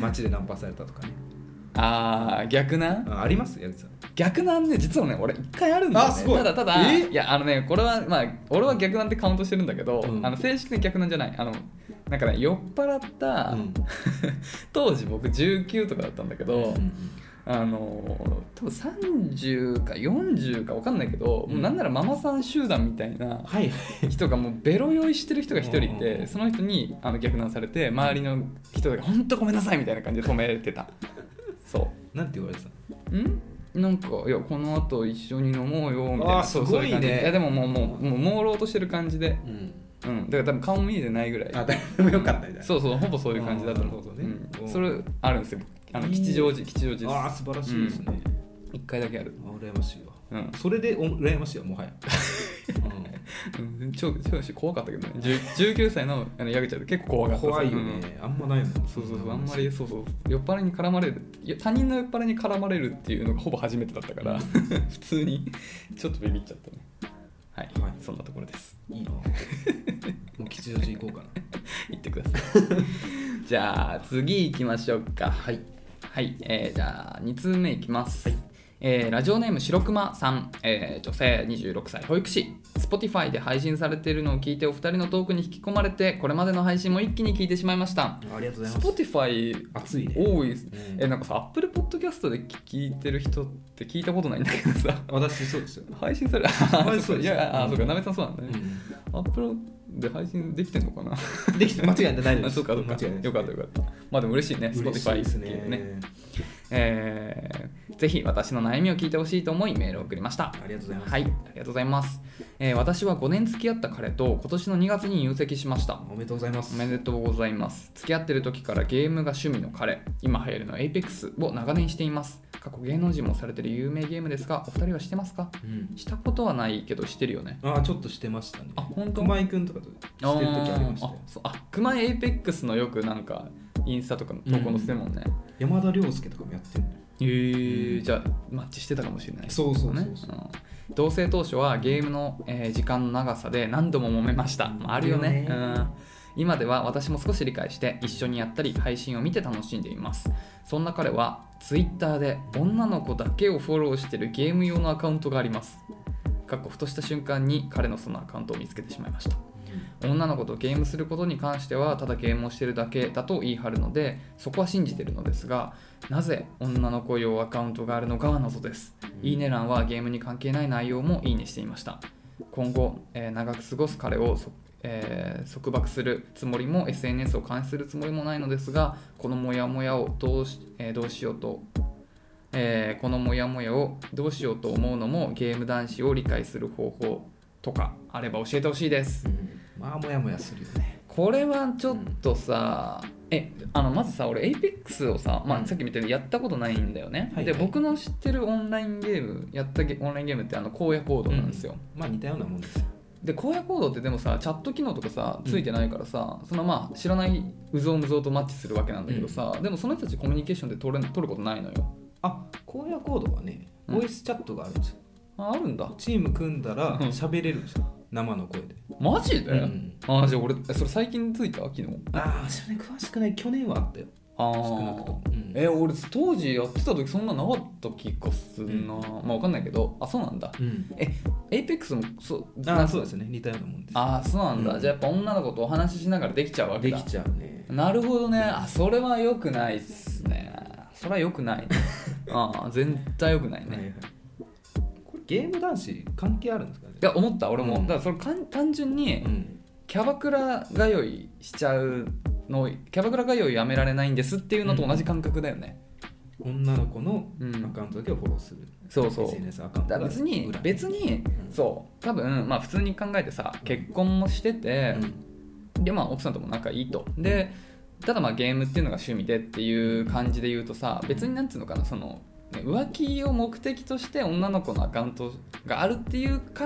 Speaker 1: 街でナンパされたとかね
Speaker 2: ああ逆な
Speaker 1: ああります矢口さん
Speaker 2: 逆なんね実はね俺一回あるんだよ、
Speaker 1: あ
Speaker 2: ね、
Speaker 1: すごい
Speaker 2: ただただ
Speaker 1: え
Speaker 2: いやあのねこれはまあ俺は逆なんてカウントしてるんだけど、
Speaker 1: うん
Speaker 2: あの正式な逆なんじゃないあのなんかね酔っ払った、
Speaker 1: うん
Speaker 2: 当時僕19とかだったんだけど、
Speaker 1: うん
Speaker 2: あの多分30か40か分かんないけど、
Speaker 1: うん
Speaker 2: もうなんならママさん集団みたいな
Speaker 1: はい
Speaker 2: 人がもうベロ酔いしてる人が一人いて、
Speaker 1: うん
Speaker 2: その人にあの逆難されて周りの人が「本当ごめんなさい」みたいな感じで止めて たそう
Speaker 1: なんて言われてたの
Speaker 2: んなんか「いやこのあと一緒に飲もうよ」みたい
Speaker 1: あー
Speaker 2: なそう
Speaker 1: すごいね
Speaker 2: そうう感じいやでももうもうもう朦朧としてる感じで
Speaker 1: うん
Speaker 2: うんだから多分顔見えてないぐらい
Speaker 1: あ誰でもよかったみたいな
Speaker 2: そうそうほぼそういう感じだった
Speaker 1: あーなるほどね
Speaker 2: う
Speaker 1: おう
Speaker 2: ん、それあるんですよあの
Speaker 1: いいね
Speaker 2: 吉祥寺吉祥寺
Speaker 1: ああ
Speaker 2: で
Speaker 1: 素晴らしいですね、
Speaker 2: す一回だけある
Speaker 1: あ羨ましいわ
Speaker 2: うん
Speaker 1: それでお羨ましいわもはや、
Speaker 2: うん超超怖かったけどね10 19歳のあの矢口は結構怖
Speaker 1: う
Speaker 2: か
Speaker 1: ん、
Speaker 2: った
Speaker 1: 怖いよね、あんまないもん
Speaker 2: そうそうそうあんまりそうそう酔っ払いに絡まれるいや他人の酔っ払いに絡まれるっていうのがほぼ初めてだったから普通にちょっとビビっちゃったねはい、
Speaker 1: はい
Speaker 2: そんなところです
Speaker 1: いい なもう吉祥寺行こうかな
Speaker 2: 行って くださいじゃあ次行きましょうかはい、はいえーじゃあ2通目いきます、えーラジオネーム白熊さん、えー女性26歳保育士 Spotify で配信されているのを聞いてお二人のトークに引き込まれてこれまでの配信も一気に聞いてしまいました
Speaker 1: ありがとうございます
Speaker 2: Spotify
Speaker 1: 暑いね
Speaker 2: 多いです
Speaker 1: うん
Speaker 2: えなんかさアップルポッドキャストで聞いてる人って聞いたことないんだけどさ
Speaker 1: 私そうですよ、
Speaker 2: 配信されあそ
Speaker 1: は
Speaker 2: う
Speaker 1: い
Speaker 2: か
Speaker 1: そう
Speaker 2: い
Speaker 1: です
Speaker 2: やあ、
Speaker 1: うん
Speaker 2: そうかなべさんそうなんだ
Speaker 1: う
Speaker 2: ね、
Speaker 1: ん
Speaker 2: アップロで配信できてんのかな
Speaker 1: できて 間違いない大丈夫で
Speaker 2: あ
Speaker 1: す
Speaker 2: そうかそうか
Speaker 1: 間違いないです
Speaker 2: よかったよかったまあでも嬉しいね
Speaker 1: 嬉し
Speaker 2: Spotify
Speaker 1: いです
Speaker 2: ってい
Speaker 1: ね
Speaker 2: うえーぜひ私の悩みを聞いてほしいと思いメールを送りました
Speaker 1: ありがとうございます、
Speaker 2: はいありがとうございます、えー私は5年付き合った彼と今年の2月に入籍しました
Speaker 1: おめでとうございま
Speaker 2: お
Speaker 1: す
Speaker 2: めでとうございます付き合ってる時からゲームが趣味の彼今流行るの APEX を長年しています過去芸能人もされてる有名ゲームですがお二人はしてますか
Speaker 1: うん、
Speaker 2: したことはないけどしてるよね
Speaker 1: ああちょっとしてましたね
Speaker 2: あ本当
Speaker 1: 熊井君とかとしてる時ありました
Speaker 2: あ
Speaker 1: よ
Speaker 2: そうあ熊井エイペックスのよくなんかインスタとかの投稿載せてるもんね、
Speaker 1: 山田涼介とかもやってるのよ
Speaker 2: へえじゃあマッチしてたかもしれない
Speaker 1: そうそうそうそう
Speaker 2: うん同棲当初はゲームの、えー時間の長さで何度も揉めました、まあ、あるよね
Speaker 1: あるよね
Speaker 2: うん今では私も少し理解して一緒にやったり配信を見て楽しんでいますそんな彼は Twitter で女の子だけをフォローしてるゲーム用のアカウントがありますかっこふとした瞬間に彼のそのアカウントを見つけてしまいました女の子とゲームすることに関してはただゲームをしてるだけだと言い張るのでそこは信じてるのですがなぜ女の子用アカウントがあるのかは謎です、いいね欄はゲームに関係ない内容もいいねしていました今後、えー長く過ごす彼をそえー束縛するつもりも SNS を監視するつもりもないのですがこのモヤモヤをどうし,、えーどうしようと、えーこのモヤモヤをどうしようと思うのもゲーム男子を理解する方法とかあれば教えてほしいです
Speaker 1: うんまあもやもやするよね
Speaker 2: これはちょっとさ、えあのまずさ俺 APEX をさ、ま
Speaker 1: う
Speaker 2: あ、
Speaker 1: ん
Speaker 2: さっき見たようにやったことないんだよね、
Speaker 1: はい
Speaker 2: で
Speaker 1: はい
Speaker 2: 僕の知ってるオンラインゲームやったゲオンラインゲームってあの荒野行動なんですよ、
Speaker 1: まあ似たようなもんですよ
Speaker 2: で荒野行動ってでもさチャット機能とかさついてないからさ、そのまあ知らないうぞうむぞうとマッチするわけなんだけどさ、でもその人たちコミュニケーションで取れ取ることないのよ
Speaker 1: あ荒野行動はね
Speaker 2: うん
Speaker 1: ボイスチャットがあるんですよ、
Speaker 2: ああるんだ
Speaker 1: チーム組んだら
Speaker 2: うん
Speaker 1: 喋れるんですよ生の声で、
Speaker 2: マジで、
Speaker 1: うん
Speaker 2: ああじゃあ俺えそれ最近ついた昨日
Speaker 1: ああそれ詳しくない去年はあったよ
Speaker 2: ああ
Speaker 1: 少なくとも、うん
Speaker 2: え俺当時やってた時そんななかった気がするな、
Speaker 1: う
Speaker 2: まあわかんないけどあそうなんだ
Speaker 1: うん
Speaker 2: エイペックスもそう
Speaker 1: あ
Speaker 2: な
Speaker 1: あそうですね似たようなもんです
Speaker 2: ああそうなんだ、
Speaker 1: うん
Speaker 2: じゃあやっぱ女の子とお話ししながらできちゃうわけ
Speaker 1: で
Speaker 2: だ
Speaker 1: きちゃうね
Speaker 2: なるほどねあそれは良くないっすねそれは良くないね ああ全体良くないね、
Speaker 1: はい
Speaker 2: い、
Speaker 1: はいこれゲーム男子関係あるんですかね
Speaker 2: や思った俺も、
Speaker 1: うん
Speaker 2: だからそれかん単純に
Speaker 1: うん
Speaker 2: キャバクラ通いしちゃうのキャバクラ通いやめられないんですっていうのと同じ感覚だよね、
Speaker 1: 女の子の
Speaker 2: うん
Speaker 1: アカウントだけをフォローする、
Speaker 2: そうそう
Speaker 1: SNS アカウント
Speaker 2: だ
Speaker 1: が
Speaker 2: から別に
Speaker 1: 裏
Speaker 2: 別に
Speaker 1: うん
Speaker 2: そう多分まあ普通に考えてさ結婚もしてて
Speaker 1: うん、
Speaker 2: でまあ奥さんとも仲いいとでただまあゲームっていうのが趣味でっていう感じで言うとさ別になんつうのかなそのね浮気を目的として女の子のアカウントがあるっていう考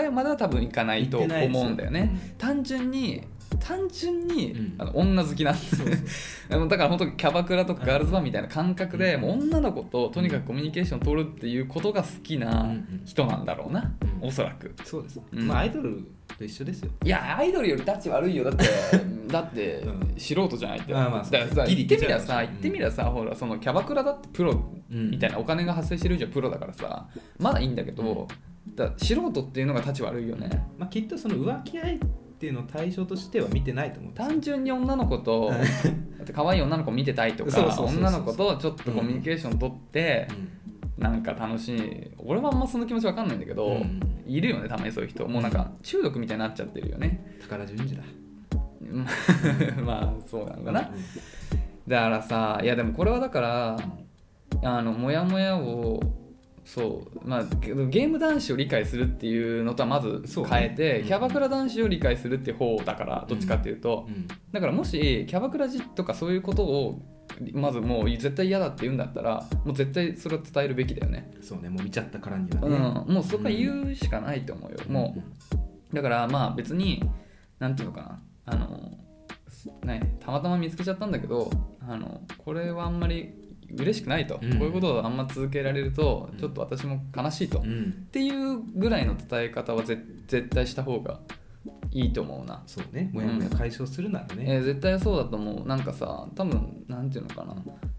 Speaker 2: えまでは多分いかないと
Speaker 1: 言ってないです
Speaker 2: 思うんだよね単純に単純に、
Speaker 1: うん
Speaker 2: あの女好きなん ですよだから本当にキャバクラとかガールズバーみたいな感覚で、
Speaker 1: うん
Speaker 2: もう女の子ととにかくコミュニケーションを取るっていうことが好き
Speaker 1: うんう
Speaker 2: なん人なんだろうな、
Speaker 1: うん
Speaker 2: おそらく
Speaker 1: そうです、
Speaker 2: うん
Speaker 1: まあアイドルと一緒ですよ
Speaker 2: いやアイドルより立ち悪いよだって だって
Speaker 1: うん
Speaker 2: 素人じゃないって、
Speaker 1: あまあそう
Speaker 2: だからさ
Speaker 1: ギ
Speaker 2: 言
Speaker 1: リ
Speaker 2: ってみりゃさ
Speaker 1: ギリ
Speaker 2: 言ってみりゃさ、ほらそのキャバクラだってプロみたい
Speaker 1: な
Speaker 2: なお金が発生してる以上プロだからさまだいいんだけど、だ素人っていうのが立ち悪いよね
Speaker 1: まあ、きっとその浮気愛っていうのを対象としては見てないと思うんですよ
Speaker 2: 単純に女の子と
Speaker 1: はい
Speaker 2: だって可愛い女の子見てたい
Speaker 1: そ
Speaker 2: と
Speaker 1: うそう
Speaker 2: か
Speaker 1: そうそう
Speaker 2: 女の子とちょっとコミュニケーション取って、なんか楽しい俺はあんまその気持ちわかんないんだけど、
Speaker 1: うん
Speaker 2: いるよねたまにそういう人もうなんか中毒みたいになっちゃってる よね
Speaker 1: うん、宝順次だ
Speaker 2: うんまあそうなのかな
Speaker 1: うん
Speaker 2: だからさいやでもこれはだからあのモヤモヤをそうまあけどゲーム男子を理解するっていうのとはまず
Speaker 1: そう
Speaker 2: 変えて、
Speaker 1: うん
Speaker 2: キャバクラ男子を理解するっていう方だからどっちかっていうと、
Speaker 1: うん
Speaker 2: だからもしキャバクラじとかそういうことをまずもう絶対嫌だって言うんだったらもう絶対それは伝えるべきだよね、
Speaker 1: そうねもう見ちゃったからには
Speaker 2: う
Speaker 1: ね、
Speaker 2: ん、もうそこは言うしかないと思うよ、もう
Speaker 1: う
Speaker 2: だからまあ別になんていうのかなあのねたまたま見つけちゃったんだけどあのこれはあんまり嬉しくないと、
Speaker 1: うん
Speaker 2: こういうことをあんま続けられると
Speaker 1: うん
Speaker 2: ちょっと私も悲しいと、
Speaker 1: ん
Speaker 2: っ
Speaker 1: うん
Speaker 2: ていうぐらいの伝え方はぜ絶対した方がいいと思うな、
Speaker 1: そうねもやもや解消するならね、
Speaker 2: えー絶対そうだと思うなんかさ多分なんていうのかな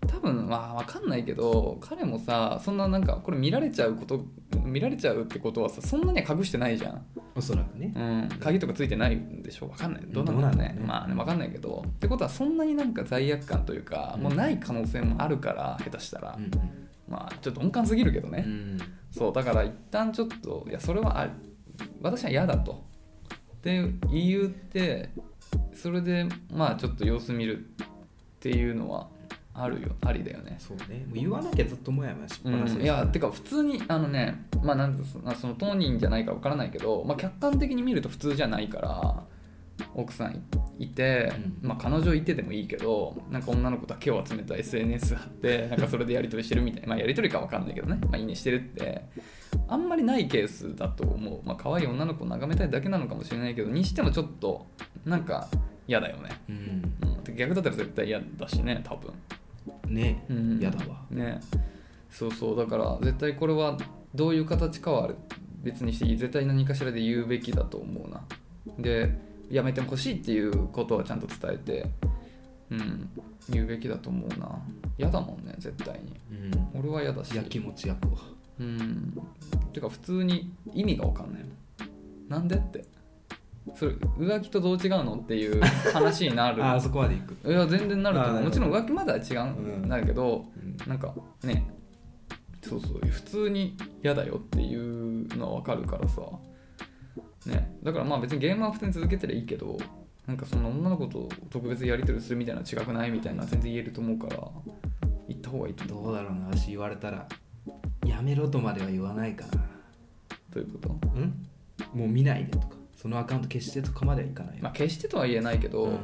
Speaker 2: 多分まあわかんないけど彼もさそんななんかこれ見られちゃうこと見られちゃうってことはさそんなには隠してないじゃん
Speaker 1: おそらくね、
Speaker 2: うん、鍵とかついてないんでしょう分かんないどうなんだろう
Speaker 1: どうな
Speaker 2: ね
Speaker 1: んだろうね
Speaker 2: まあね分かんないけどってことはそんなになんか罪悪感というか、
Speaker 1: うん
Speaker 2: もうない可能性もあるから下手したら、
Speaker 1: うん
Speaker 2: まあちょっと鈍感すぎるけど
Speaker 1: う
Speaker 2: ね、
Speaker 1: ん
Speaker 2: そうだから一旦ちょっといやそれはあ私は嫌だとって言ってそれでまあちょっと様子見るっていうのはあるよありだよね
Speaker 1: そうねもう言わなきゃずっともやもやしっぱなしです
Speaker 2: うん、いやてか普通にあのねまあなんてそのその当人じゃないからわからないけど、まあ、客観的に見ると普通じゃないから奥さんいいて、
Speaker 1: うん
Speaker 2: まあ、彼女いてでもいいけどなんか女の子だけを集めた SNS あってなんかそれでやり取りしてるみたいな、ま あ、やり取りかわかんないけどね、まあ、いいねしてるってあんまりないケースだと思うまあ可愛い女の子を眺めたいだけなのかもしれないけどにしてもちょっとなんか嫌だよね、
Speaker 1: うん
Speaker 2: うん、てか逆だったら絶対嫌だしね多分。
Speaker 1: ね
Speaker 2: う
Speaker 1: え、
Speaker 2: ん
Speaker 1: やだわ
Speaker 2: ねそうそうだから絶対これはどういう形かは別にして絶対何かしらで言うべきだと思うなでやめてほしいっていうことはちゃんと伝えてうん言うべきだと思うな嫌だもんね絶対に
Speaker 1: うん
Speaker 2: 俺は嫌だし
Speaker 1: やきもち焼くわ
Speaker 2: うんてか普通に意味が分かんないもんなんでってそれ浮気とどう違うのっていう話にな る
Speaker 1: ああそこまでいく、
Speaker 2: いや全然なると思
Speaker 1: あ
Speaker 2: う
Speaker 1: ー
Speaker 2: もちろん浮気までは違う
Speaker 1: うん
Speaker 2: んだけど、
Speaker 1: うん
Speaker 2: なんかねそうそう普通に嫌だよっていうのはわかるからさ、ね、だからまあ別にゲームは普通に続けてりゃいいけどなんかその女の子と特別やり取りするみたいなのは違くないみたいな全然言えると思うから行った方がいいと
Speaker 1: どうだろうな私言われたらやめろとまでは言わないかな
Speaker 2: ということ
Speaker 1: うんもう見ないでとかそのアカウント消してとかまではいかないよ、
Speaker 2: まあ決してとは言えないけど、
Speaker 1: うん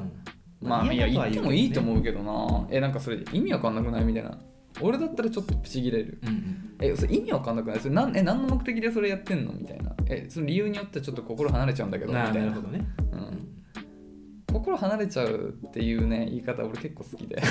Speaker 2: まあいや
Speaker 1: 嫌だとは
Speaker 2: 言ってもいいと
Speaker 1: う
Speaker 2: 思うけどなえなんかそれ意味わかんなくないみたいな俺だったらちょっとプチ切れる
Speaker 1: うんうん
Speaker 2: えそれ意味わかんなくないそれなんえ何の目的でそれやってんのみたいなえその理由によってはちょっと心離れちゃうんだけどみた
Speaker 1: ないあ
Speaker 2: な
Speaker 1: なるほどね
Speaker 2: うん、心離れちゃうっていうね言い方俺結構好 きで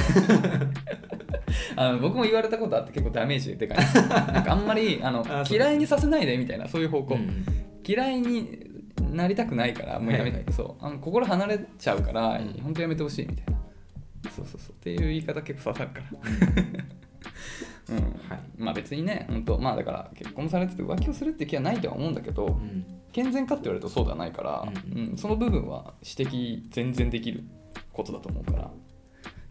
Speaker 2: あの僕も言われたことあって結構ダメージでかいですなんかあんまりあの
Speaker 1: あそう
Speaker 2: 嫌いにさせないでみたいなそういう方向、
Speaker 1: うん
Speaker 2: 嫌いになりたくないからもうやめて、
Speaker 1: はいは
Speaker 2: そうあの心離れちゃうから、
Speaker 1: うん
Speaker 2: 本当やめてほしいみたいなそうそうそうっていう言い方結構刺さる から、うん
Speaker 1: はい
Speaker 2: まあ別にね本当まあだから結婚されてて浮気をするって気はないとは思うんだけど、
Speaker 1: うん
Speaker 2: 健全かって言われるとそうではないから、
Speaker 1: う
Speaker 2: うんその部分は指摘全然できることだと思うから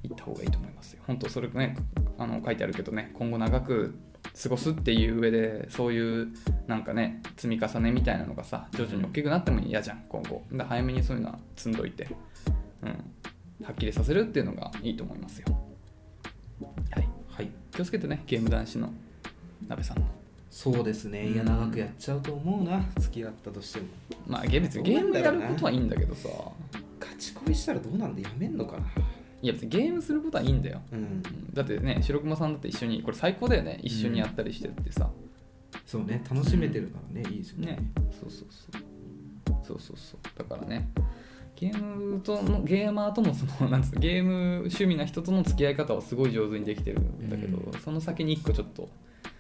Speaker 2: 言った方がいいと思いますよ本当それねあの書いてあるけどね今後長く過ごすっていう上でそういうなんかね積み重ねみたいなのがさ徐々に大きくなっても嫌じゃん今後だから早めにそういうのは積んどいて、うん、はっきりさせるっていうのがいいと思いますよはい
Speaker 1: はい
Speaker 2: 気をつけてねゲーム男子の鍋さんの
Speaker 1: そうですねいや
Speaker 2: うん
Speaker 1: 長くやっちゃうと思うな付き合ったとしても
Speaker 2: まあゲーム別にゲームやることはいいんだけどさ
Speaker 1: 勝ち恋したらどうなんでやめんのかない
Speaker 2: や別にゲームすることはいいんだよ
Speaker 1: うん
Speaker 2: うんだってね白熊さんだって一緒にこれ最高だよね一緒にやったりしてってさ、
Speaker 1: そうね楽しめてるからねいいですよ
Speaker 2: ね
Speaker 1: ね
Speaker 2: そうそうそうそうそうそうだからねゲームとのゲーマーとのその なんつうのゲーム趣味な人との付き合い方はすごい上手にできてるんだけど、
Speaker 1: う
Speaker 2: その先に一個ちょっと、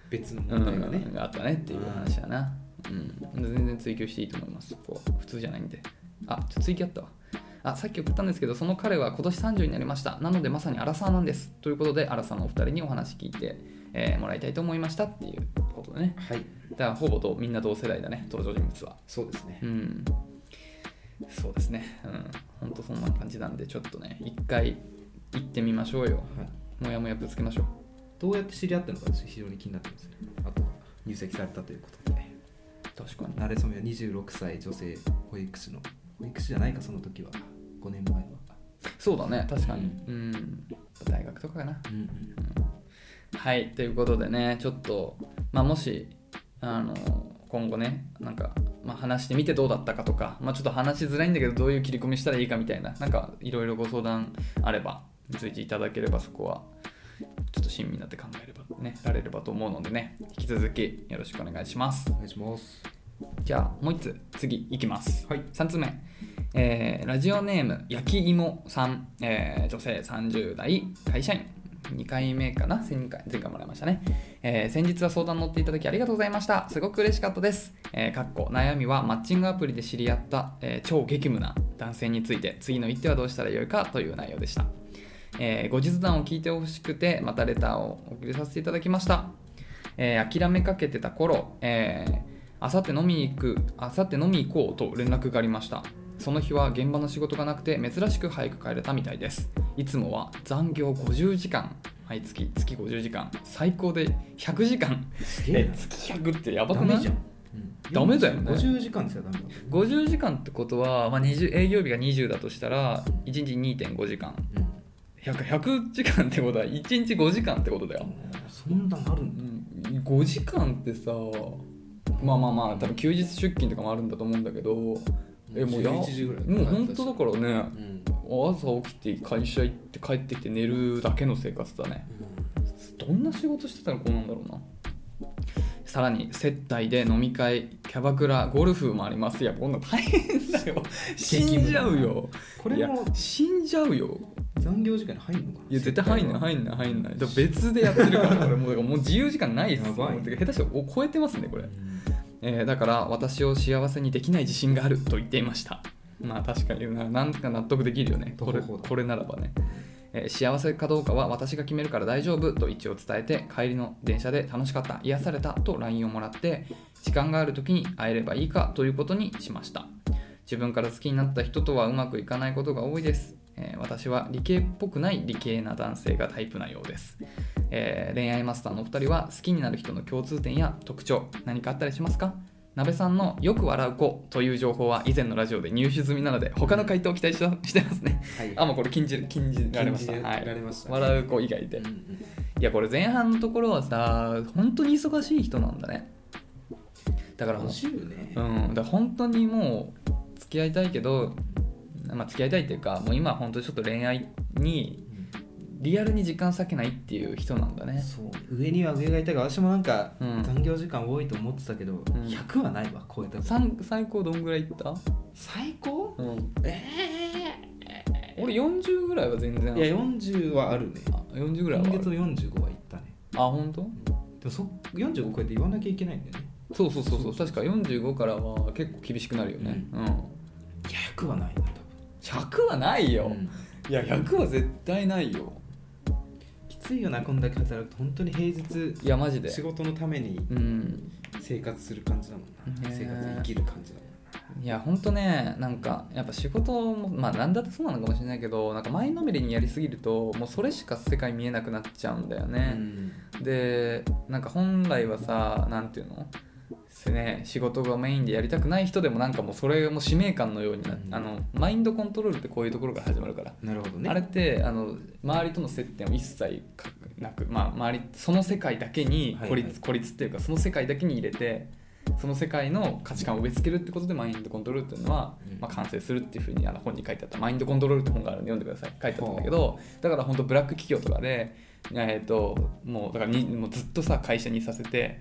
Speaker 1: 別の
Speaker 2: う
Speaker 1: 問
Speaker 2: ん
Speaker 1: 題がね
Speaker 2: あったねっていう話だな、うん、全然追求していいと思いますそこは普通じゃないんであちょっと追記あったわあさっき送ったんですけどその彼は今年30になりましたなのでまさにアラサーなんですということでアラサーのお二人にお話聞いて、えーもらいたいと思いましたっていうことでね
Speaker 1: はい
Speaker 2: だからほぼとみんな同世代だね登場人物は
Speaker 1: そうですね
Speaker 2: うんそうですねうんほんとそんな感じなんでちょっとね一回行ってみましょうよ
Speaker 1: はい
Speaker 2: もやもやぶつけましょう
Speaker 1: どうやって知り合ったのか私非常に気になってますねあとは入籍されたということで
Speaker 2: 確かに
Speaker 1: なれそめは26歳女性保育士の保育士じゃないかその時は5年前は
Speaker 2: そうだね確かにうん大学とかかな
Speaker 1: うんうん
Speaker 2: はいということでねちょっと、まあ、もしあの今後ねなんか、まあ、話してみてどうだったかとか、まあ、ちょっと話しづらいんだけどどういう切り込みしたらいいかみたいななんかいろいろご相談あれば随時いただければそこはちょっと親身になって考えればねられればと思うのでね引き続きよろしくお願いします
Speaker 1: お願いします
Speaker 2: じゃあもう一つ次いきます
Speaker 1: はい
Speaker 2: 3つ目、えーラジオネーム焼き芋さん、えー女性30代会社員2回目かな前回前回もらいましたね、えー先日は相談に乗っていただきありがとうございましたすごく嬉しかったです、えーかっこ悩みはマッチングアプリで知り合った、えー超激務な男性について次の一手はどうしたらよいかという内容でした、えー後日談を聞いてほしくてまたレターを送りさせていただきましたえー諦めかけてた頃、えー、あさって飲みに行くあさって飲みに行こうと連絡がありましたその日は現場の仕事がなくて珍しく早く帰れたみたいですいつもは残業50時間はい月月50時間最高で100時間
Speaker 1: すげえ
Speaker 2: え
Speaker 1: な
Speaker 2: 月100ってやば
Speaker 1: ダ
Speaker 2: くな
Speaker 1: メ
Speaker 2: い
Speaker 1: じゃん、
Speaker 2: ダメだよね
Speaker 1: 50時間ですよダメだもん
Speaker 2: 50時間ってことは、まあ、20営業日が20だとしたら1日2.5時間100 100時間ってことは1日5時間ってことだ
Speaker 1: う
Speaker 2: よ
Speaker 1: んそんなんあるんだ
Speaker 2: うん5時間ってさまあまあまあ多分休日出勤とかもあるんだと思うんだけどえもうや
Speaker 1: 11時ぐらい
Speaker 2: もう本当だからね
Speaker 1: うん
Speaker 2: 朝起きて会社行って帰ってきて寝るだけの生活だねどんな仕事してたらこうなんだろうなさらに接待で飲み会キャバクラゴルフもありますいやこんなの大変だよ死んじゃうよ
Speaker 1: これも
Speaker 2: いや死んじゃうよ
Speaker 1: 残業時間に入るのかない
Speaker 2: や絶対入んない
Speaker 1: い
Speaker 2: 入んない入んないだから別でやってるからこれもうだからもう自由時間ないっす
Speaker 1: やばい
Speaker 2: もうてか下手したらお超えてますねこれ、えーだから私を幸せにできない自信があると言っていましたまあ確かにななんか納得できるよねこれ
Speaker 1: どうだ
Speaker 2: これならばね、えー幸せかどうかは私が決めるから大丈夫と一応伝えて帰りの電車で楽しかった癒されたと LINE をもらって時間がある時に会えればいいかということにしました自分から好きになった人とはうまくいかないことが多いです、えー私は理系っぽくない理系な男性がタイプなようです、えー恋愛マスターのお二人は好きになる人の共通点や特徴何かあったりしますか鍋さんのよく笑う子という情報は以前のラジオで入手済みなので他の回答を期待ししてますね
Speaker 1: はい
Speaker 2: あもうこれ禁じ禁じられました
Speaker 1: 禁じ
Speaker 2: はい
Speaker 1: られました
Speaker 2: 笑う子以外で、
Speaker 1: うん
Speaker 2: い
Speaker 1: うん
Speaker 2: やこれ前半のところはさ本当に忙しい人なんだねだからもう
Speaker 1: 50ね
Speaker 2: うん、だから本当にもう付き合いたいけど、まあ、付き合いたいっていうかもう今は本当にちょっと恋愛にリアルに時間割けないっていう人なんだね
Speaker 1: そう上には上がいたが私もなんか
Speaker 2: うん
Speaker 1: 残業時間多いと思ってたけど、
Speaker 2: ん
Speaker 1: 100はないわ超えた
Speaker 2: さん最高どんぐらいいった、
Speaker 1: 最高
Speaker 2: うん、
Speaker 1: え
Speaker 2: 俺40ぐらいは全然
Speaker 1: えいや40はあるね
Speaker 2: あ40ぐらい
Speaker 1: 今
Speaker 2: はある
Speaker 1: 月の45はいったね
Speaker 2: あ本当
Speaker 1: でもそ45超えて言わなきゃいけないんだよね
Speaker 2: そうそうそうそう確か45からは結構厳しくなるよね、うん
Speaker 1: いや100はないな
Speaker 2: 100はない
Speaker 1: 多
Speaker 2: よ、
Speaker 1: 分、
Speaker 2: いや100は絶対ないよ
Speaker 1: きついよなこんだけ働くと本当に平日
Speaker 2: いやマジで
Speaker 1: 仕事のために
Speaker 2: うん
Speaker 1: 生活する感じだもんな
Speaker 2: ね
Speaker 1: 生
Speaker 2: え
Speaker 1: 活生きる感じだもん
Speaker 2: いやほんとねなんかやっぱ仕事もまあ何だってそうなのかもしれないけどなんか前のめりにやりすぎるともうそれしか世界見えなくなっちゃうんだよ
Speaker 1: な、
Speaker 2: ね、でなんか本来はさなんていうのですね、仕事がメインでやりたくない人でもなんかもうそれも使命感のようにな
Speaker 1: うん
Speaker 2: あのマインドコントロールってこういうところから始まるから
Speaker 1: なるほどね
Speaker 2: あれってあの周りとの接点を一切かなく、まあ、周りその世界だけに孤立,、
Speaker 1: はいはい
Speaker 2: 孤立っていうかその世界だけに入れてその世界の価値観を植え付けるってことでマインドコントロールっていうのは、
Speaker 1: うん
Speaker 2: まあ、完成するっていうふうにあの本に書いてあった「マインドコントロール」って本があるんで読んでください書いてあったんだけどだから本当ブラック企業とかで、えー、ともうだからにもうずっとさ会社にいさせて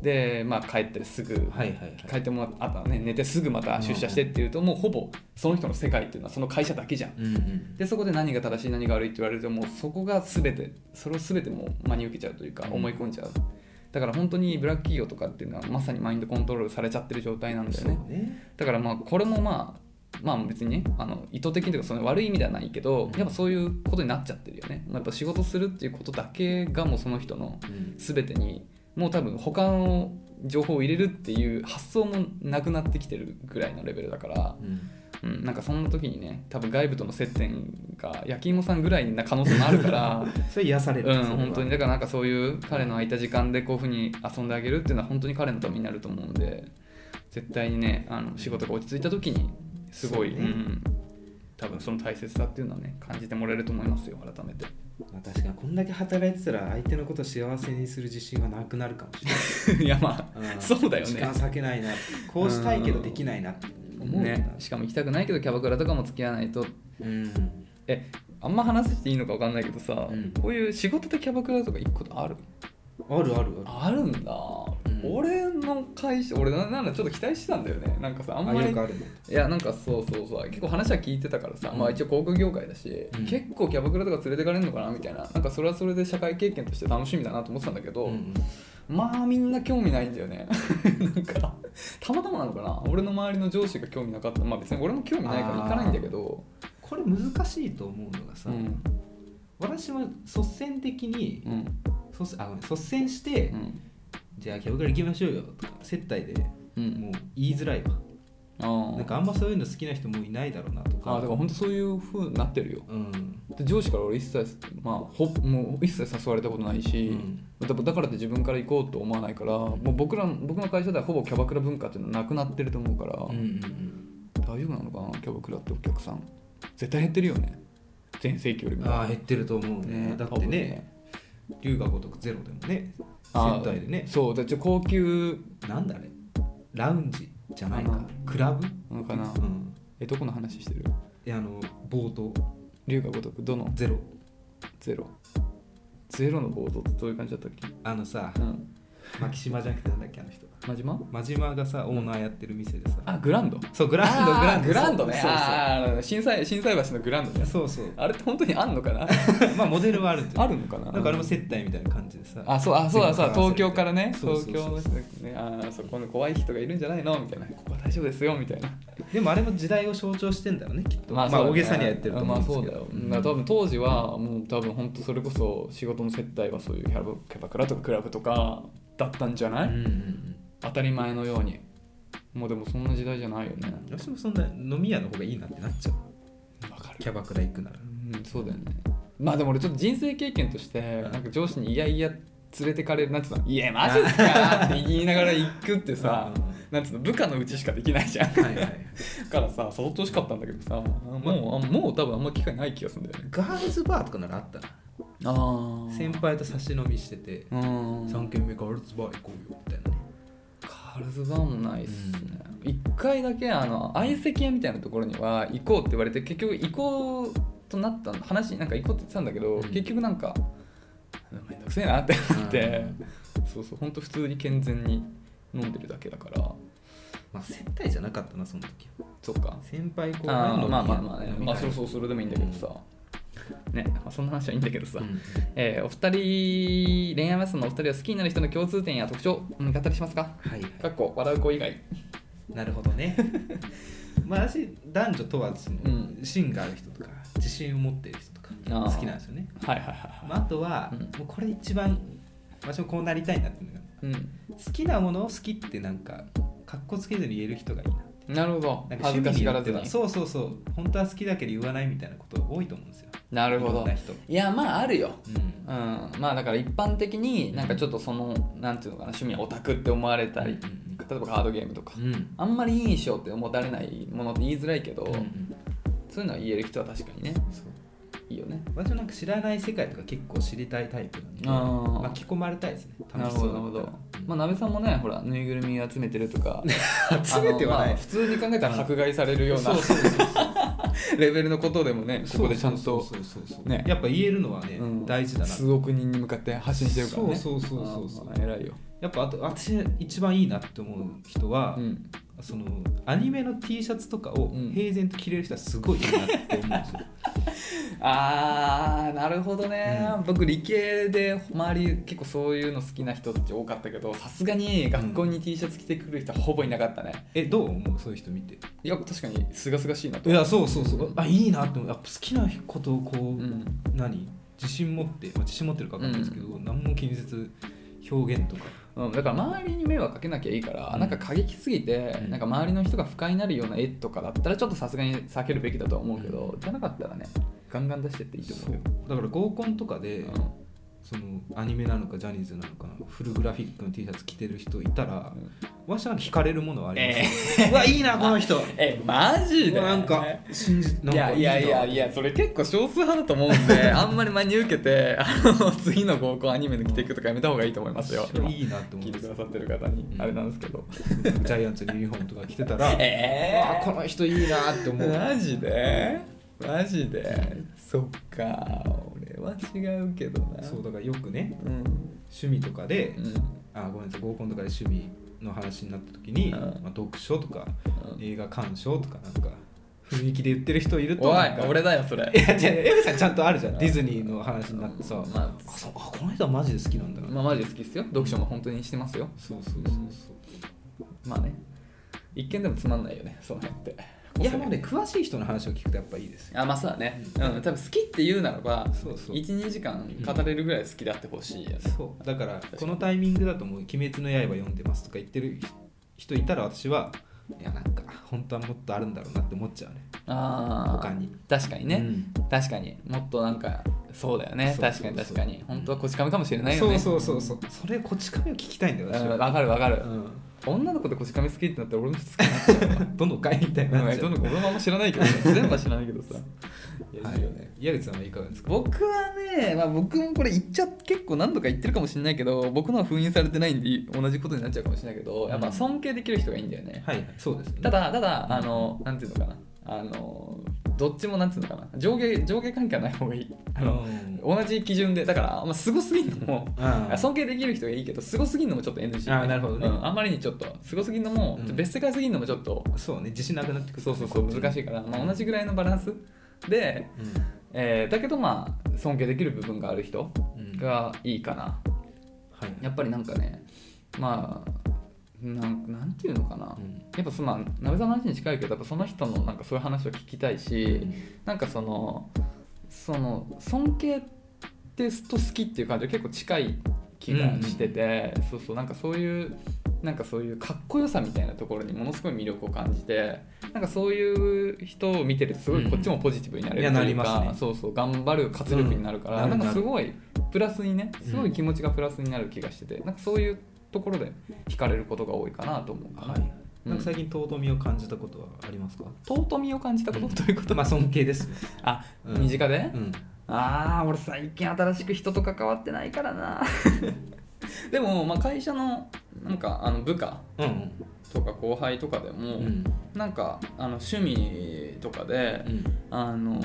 Speaker 2: で、まあ、帰ったりすぐ
Speaker 1: はいはいはい
Speaker 2: 帰ってもらったあとはね寝てすぐまた出社してっていうともうほぼその人の世界っていうのはその会社だけじゃん。
Speaker 1: うんうん
Speaker 2: でそこで何が正しい何が悪いって言われるともうそこが全てそれを全てもう真に受けちゃうというか
Speaker 1: うん
Speaker 2: 思い込んじゃう、だから本当にブラック企業とかっていうのはまさにマインドコントロールされちゃってる状態なんだよ
Speaker 1: そう
Speaker 2: ね
Speaker 1: ね
Speaker 2: だからまあこれもまあまあ別にねあの意図的というかその悪い意味ではないけどやっぱそういうことになっちゃってるよねやっぱ仕事するっていうことだけがもうその人の
Speaker 1: うん
Speaker 2: 全てにもう多分他の情報を入れるっていう発想もなくなってきてるぐらいのレベルだから
Speaker 1: うん
Speaker 2: うん、なんかそんな時にね多分外部との接点が焼き芋さんぐらいな可能性もあるから
Speaker 1: それ癒される
Speaker 2: うん
Speaker 1: それは
Speaker 2: 本当にだからなんかそういう彼の空いた時間でこういうふうに遊んであげるっていうのは本当に彼のためになると思うんで絶対にねあの仕事が落ち着いた時にすごい、
Speaker 1: そう
Speaker 2: う
Speaker 1: ね
Speaker 2: ん、多分その大切さっていうのはね感じてもらえると思いますよ改めて
Speaker 1: まあ、確かにこんだけ働いてたら相手のことを幸せにする自信はなくなるかもしれない
Speaker 2: いやま
Speaker 1: あ
Speaker 2: あ
Speaker 1: ー
Speaker 2: そうだよ
Speaker 1: 時
Speaker 2: ね
Speaker 1: 間割けないなこうしたいけどできないなって思うよな
Speaker 2: ねしかも行きたくないけどキャバクラとかも付き合わないと
Speaker 1: うん
Speaker 2: えあんま話していいのか分かんないけどさ、
Speaker 1: うん
Speaker 2: こういう仕事でキャバクラとか行くことある
Speaker 1: あるあるある
Speaker 2: あるんだ、
Speaker 1: うん
Speaker 2: 俺の会社俺ななんだちょっと期待してたんだよねなんかさあんまり
Speaker 1: よくあるね
Speaker 2: いやなんかそうそうそう結構話は聞いてたからさ、
Speaker 1: うん
Speaker 2: まあ一応航空業界だし、
Speaker 1: うん
Speaker 2: 結構キャバクラとか連れてかれるのかなみたいななんかそれはそれで社会経験として楽しみだなと思ってたんだけど、
Speaker 1: うん
Speaker 2: まあみんな興味ないんだよね なんかたまたまなのかな俺の周りの上司が興味なかったまあ別に俺も興味ないから行かないんだけど
Speaker 1: これ難しいと思うのがさ、
Speaker 2: うん
Speaker 1: 私は率先的に
Speaker 2: うん
Speaker 1: 率あごめん率先して、
Speaker 2: うん
Speaker 1: じゃあキャバクラ行きましょうよとか接待で
Speaker 2: うん
Speaker 1: もう言いづらいわ、
Speaker 2: あー
Speaker 1: なんかあんまそういうの好きな人もういないだろうなと
Speaker 2: あー
Speaker 1: か
Speaker 2: だから本当そういう風になってるよ
Speaker 1: うん、
Speaker 2: で上司から俺一切、まあ、ほもう一切誘われたことないし、だだからって自分から行こうと思わないからもう僕ら僕の会社ではほぼキャバクラ文化っていうのはなくなってると思うから、
Speaker 1: うんうんうん
Speaker 2: 大丈夫なのかなキャバクラってお客さん絶対減ってるよね全盛期より
Speaker 1: うん
Speaker 2: も
Speaker 1: ああ減ってると思うねだって
Speaker 2: 多分
Speaker 1: ね龍が如くゼロでもね
Speaker 2: あ
Speaker 1: 接待でね
Speaker 2: そうだって高級
Speaker 1: なんだあれラウンジじゃない
Speaker 2: あ
Speaker 1: か
Speaker 2: の
Speaker 1: クラブ
Speaker 2: なのかな
Speaker 1: うん
Speaker 2: えどこの話してる
Speaker 1: であの冒頭
Speaker 2: 龍が如くどの
Speaker 1: ゼロ
Speaker 2: ゼロゼロのボードってどういう感じだったっ
Speaker 1: あのさ
Speaker 2: けうん
Speaker 1: 牧島じゃなくてなんだっけあの人
Speaker 2: 真島
Speaker 1: 真島がさオーナーやってる店でさ
Speaker 2: あグランド
Speaker 1: そうグランドグラン
Speaker 2: あー
Speaker 1: ド
Speaker 2: グランドね
Speaker 1: そう
Speaker 2: あー震災震災橋のグランドね
Speaker 1: そうそう
Speaker 2: あれって本当にあんの かな
Speaker 1: そうまあモデルはあるんじゃ
Speaker 2: あ
Speaker 1: ない
Speaker 2: るのかな
Speaker 1: なんかあれも接待みたいな感じでさ
Speaker 2: あそうあそうだそうだ
Speaker 1: 全部
Speaker 2: 東京からね
Speaker 1: そうそう
Speaker 2: 東
Speaker 1: そう
Speaker 2: 京の人ねあーそこの怖い人がいるんじゃないのみたいなここは大丈夫ですよみたいな
Speaker 1: でもあれも時代を象徴してんだろうねきっと
Speaker 2: そうだね
Speaker 1: 大げさにはやってると思うんですけ
Speaker 2: まあ
Speaker 1: ど
Speaker 2: そうだよだから多分当時はもう多分本当それこそ仕事の接待はそういうキャバキャバクラとかクラブとかだったんじゃない、
Speaker 1: うんうんうん
Speaker 2: 当たり前のようにもうでもそんな時代じゃないよね
Speaker 1: 私もそんな飲み屋の方がいいなってなっちゃう
Speaker 2: わかる
Speaker 1: キャバクラ行くなら
Speaker 2: うんそうだよねまあでも俺ちょっと人生経験としてなんか上司にいやいや連れてかれるなんて言うの「いやマジっすか?」って言いながら行くってさ
Speaker 1: うん
Speaker 2: なんつうの部下のうちしかできないじゃん だ
Speaker 1: はいはい
Speaker 2: からさ誘ってほしかったんだけどさもうあもう多分あんま機会ない気がするんだよね
Speaker 1: ガールズバーとかならあったな
Speaker 2: ああ
Speaker 1: 先輩と差し飲みしてて
Speaker 2: うん
Speaker 1: 3軒目ガールズバー行こうよみたいなね
Speaker 2: カールズバーもないっすね一回だけあの相席屋みたいなところには行こうって言われて結局行こうとなった話なんか行こうって言ってたんだけど、
Speaker 1: うん
Speaker 2: 結局なんかめんどくせえなって思って、そうそう本当普通に健全に飲んでるだけだから
Speaker 1: まあ接待じゃなかったなその時は
Speaker 2: そっか
Speaker 1: 先輩後輩
Speaker 2: あ
Speaker 1: の
Speaker 2: ーまあまあまあね、まあ、そう
Speaker 1: う
Speaker 2: そうそれでもいいんだけどさ、ねまあ、そんな話はいいんだけどさ、
Speaker 1: ん
Speaker 2: えーお二人恋愛マスのお二人は好きになる人の共通点や特徴うん語ったりしますか
Speaker 1: はいはい
Speaker 2: かっこ笑う子以外
Speaker 1: なるほど ねまあ私男女問わずその、
Speaker 2: うん
Speaker 1: 芯がある人とか自信を持っている人とか
Speaker 2: あー
Speaker 1: 好きなんですよね
Speaker 2: はいはいはい
Speaker 1: まあ、あとは、
Speaker 2: うん
Speaker 1: もうこれ一番私もこうなりたいなっていうのが
Speaker 2: うん
Speaker 1: 好きなものを好きってなんかかっこつけずに言える人がいいな
Speaker 2: なるほど
Speaker 1: なんか
Speaker 2: 恥ず
Speaker 1: 趣
Speaker 2: か
Speaker 1: 味
Speaker 2: し
Speaker 1: に
Speaker 2: が
Speaker 1: よ
Speaker 2: ら
Speaker 1: っ
Speaker 2: ず
Speaker 1: て
Speaker 2: に
Speaker 1: はそうそうそう本当は好きだけど言わないみたいなこと多いと思うんですよ
Speaker 2: なるほ
Speaker 1: いろん
Speaker 2: ど
Speaker 1: な人
Speaker 2: いやまああるよ
Speaker 1: うん
Speaker 2: うんまあだから一般的になんかちょっとそのなんていうのかな趣味はオタクって思われたり
Speaker 1: うん
Speaker 2: 例えばカードゲームとか
Speaker 1: うん
Speaker 2: あんまりいい印象って思たれないものって言いづらいけど、
Speaker 1: うんうん
Speaker 2: そういうのは言える人は確かにね
Speaker 1: そう
Speaker 2: いいよね
Speaker 1: 私はなんか知らない世界とか結構知りたいタイプなんで
Speaker 2: あー
Speaker 1: 巻き込まれたいですね
Speaker 2: なる
Speaker 1: 楽し
Speaker 2: ほ
Speaker 1: そう
Speaker 2: どな
Speaker 1: だっ
Speaker 2: るほ
Speaker 1: たら
Speaker 2: ど、まあ、 なべさんもねほらぬいぐるみ集めてるとか
Speaker 1: うん集めては
Speaker 2: あ
Speaker 1: ない
Speaker 2: のま
Speaker 1: で
Speaker 2: あ普
Speaker 1: す
Speaker 2: 通に考えたら迫害されるような
Speaker 1: そうそうそう
Speaker 2: レベルのことでもねここでちゃんと
Speaker 1: そうそうそうそう
Speaker 2: ね
Speaker 1: やっぱ言えるのはね
Speaker 2: うん
Speaker 1: 大事だな
Speaker 2: 数億人に向かって発信してるからね
Speaker 1: そうそうそうそうそう
Speaker 2: あー偉いよ、
Speaker 1: やっぱあと私一番いいなって思う人は、
Speaker 2: うん、
Speaker 1: そのアニメの T シャツとかを
Speaker 2: うん
Speaker 1: 平然と着れる人はすごいいいなって思うんです よ、
Speaker 2: あーなるほどね、
Speaker 1: う
Speaker 2: 僕理系で周り結構そういうの好きな人って多かったけどさすがに学校に T シャツ着てくる人はほぼいなかったね、
Speaker 1: えどう思うそういう人見て
Speaker 2: いや確かにすがすがしいなと
Speaker 1: いやそうそうそうあいいなって思うやっぱ好きなことをこう、
Speaker 2: うん
Speaker 1: 何自信持って、まあ、自信持ってるか分かんないですけど、何も気にせず表現とか
Speaker 2: うん、だから周りに迷惑かけなきゃいいから、
Speaker 1: うん
Speaker 2: なんか過激すぎて、
Speaker 1: うん
Speaker 2: なんか周りの人が不快になるような絵とかだったらちょっとさすがに避けるべきだとは思うけど、じゃなかったらねガンガン出してっていいと思うよ
Speaker 1: だから合コンとか
Speaker 2: う
Speaker 1: で、
Speaker 2: ん
Speaker 1: そのアニメなのかジャニーズなのかなフルグラフィックの T シャツ着てる人いたら、わしはなんか惹かれるものはあります、うわいいなこの人
Speaker 2: えマジで
Speaker 1: うわなんか信じなん
Speaker 2: い
Speaker 1: か
Speaker 2: やいやいや
Speaker 1: ない
Speaker 2: やそれ結構少数派だと思うん であんまり真に受けてあの次の合コンアニメの着ていくとかやめた方がいいと思いますよ今
Speaker 1: いいなって思
Speaker 2: 聞
Speaker 1: う
Speaker 2: い
Speaker 1: んで
Speaker 2: てく
Speaker 1: す
Speaker 2: だ
Speaker 1: よ
Speaker 2: さってる方に、
Speaker 1: うん
Speaker 2: あれなんですけど
Speaker 1: ジャイアンツのユニフォームとか着てたら、
Speaker 2: え
Speaker 1: あこの人いいなって思う。
Speaker 2: マジでマジでそっか俺は違うけどな
Speaker 1: そうだからよくね
Speaker 2: うん
Speaker 1: 趣味とかで、
Speaker 2: うん
Speaker 1: あごめんなさい合コンとかで趣味の話になった時に、
Speaker 2: うん
Speaker 1: まあ、読書とか
Speaker 2: うん
Speaker 1: 映画鑑賞とかなんか雰囲気で言ってる人いると
Speaker 2: お
Speaker 1: なん
Speaker 2: い
Speaker 1: か
Speaker 2: 俺だよそれ
Speaker 1: いや違うエブさんちゃんとあるじゃ
Speaker 2: うんん
Speaker 1: ディズニーの話になってさ、
Speaker 2: ま
Speaker 1: あそうあこの人はマジで好きなんだな、
Speaker 2: まあマジで好きっすよ読書も本当にしてますよ
Speaker 1: そうそうそうそう
Speaker 2: まあね一見でもつまんないよねその辺って
Speaker 1: いやもうね詳しい人の話を聞くとやっぱいいですよ
Speaker 2: あまあそうだね、
Speaker 1: う
Speaker 2: うんん、多分好きって言うならば
Speaker 1: そうそう
Speaker 2: 12時間語れるぐらい好きであってほしいよね、
Speaker 1: そうだからこのタイミングだともう「鬼滅の刃」読んでますとか言ってる人いたら私はいやなんか本当はもっとあるんだろうなって思っちゃうね
Speaker 2: ああ
Speaker 1: 他に
Speaker 2: 確かにね、
Speaker 1: うん
Speaker 2: 確かにもっとなんかそうだよね
Speaker 1: そうそう
Speaker 2: 確
Speaker 1: そ
Speaker 2: か
Speaker 1: う
Speaker 2: に確かに本当はこち亀かもしれないよ
Speaker 1: そ
Speaker 2: ね
Speaker 1: うそうそうそうそれこち亀を聞きたいんだよ
Speaker 2: うん
Speaker 1: 私は、
Speaker 2: わかるわかる、
Speaker 1: う
Speaker 2: 女の子でこち亀好きってなったら俺も好きになっ
Speaker 1: ん、どの回みたいに なっ
Speaker 2: ち
Speaker 1: ち
Speaker 2: ゃ
Speaker 1: ゃ
Speaker 2: う
Speaker 1: う、
Speaker 2: どの子俺もあんま知らないけどね 全部は知らないけどさいやいいよね
Speaker 1: 矢口さんはいかがですか
Speaker 2: 僕はね、まあ、僕もこれ言っちゃ結構何度か言ってるかもしれないけど僕のは封印されてないんで同じことになっちゃうかもしれないけどやっぱ尊敬できる人がいいんだよね、
Speaker 1: はいはいそうですね
Speaker 2: ただただあのなんていうのかなあのどっちもなんていうのかな上下上下関係はない方がいいあの、
Speaker 1: うん
Speaker 2: 同じ基準でだから、まあ、すごすぎるのも
Speaker 1: あ
Speaker 2: 尊敬できる人がいいけどすごすぎるのもちょっと NG
Speaker 1: あーなるほどね
Speaker 2: うんあんまりにちょっとすごすぎるのも、
Speaker 1: うん
Speaker 2: 別世界すぎるのもちょっと
Speaker 1: そうね自信なくなってくる
Speaker 2: そうそうそう難しいから、まあ、同じぐらいのバランスで、
Speaker 1: う
Speaker 2: えーだけどまあ尊敬できる部分がある人
Speaker 1: ん、うん、は
Speaker 2: がいいかな、
Speaker 1: い
Speaker 2: やっぱりなんかねまあなんなんていうのかな、
Speaker 1: うん
Speaker 2: やっぱそのまあ、鍋さんの話に近いけどやっぱその人のなんかそういう話を聞きたいし、なんかそのその尊敬ですと好きっていう感じは結構近い気がしてて、そうそうなんかそういうなんかそういうかっこよさみたいなところにものすごい魅力を感じてなんかそういう人を見てるとすごいこっちもポジティブになれる
Speaker 1: うんい
Speaker 2: と
Speaker 1: やないり
Speaker 2: う
Speaker 1: ます
Speaker 2: か、
Speaker 1: ね
Speaker 2: そうそう頑張る活力になるから、
Speaker 1: うん
Speaker 2: なん
Speaker 1: な
Speaker 2: か
Speaker 1: る
Speaker 2: すごいプラスにねすご
Speaker 1: うん
Speaker 2: い気持ちがプラスになる気がしてて、なんかそういうところで惹かれることが多いかなと思うかな。
Speaker 1: はいなんか最近尊みを感じたことはありますか、
Speaker 2: 尊みを感じたこと、ということ、
Speaker 1: まあ尊敬 です、
Speaker 2: あ、
Speaker 1: うん
Speaker 2: 身近で、
Speaker 1: うん、
Speaker 2: ああ俺最近新しく人と関わってないからな でも、まあ、会社のなんかあの部下
Speaker 1: うん
Speaker 2: とか後輩とかでも、
Speaker 1: うんうん
Speaker 2: なんかあの趣味とかで、あの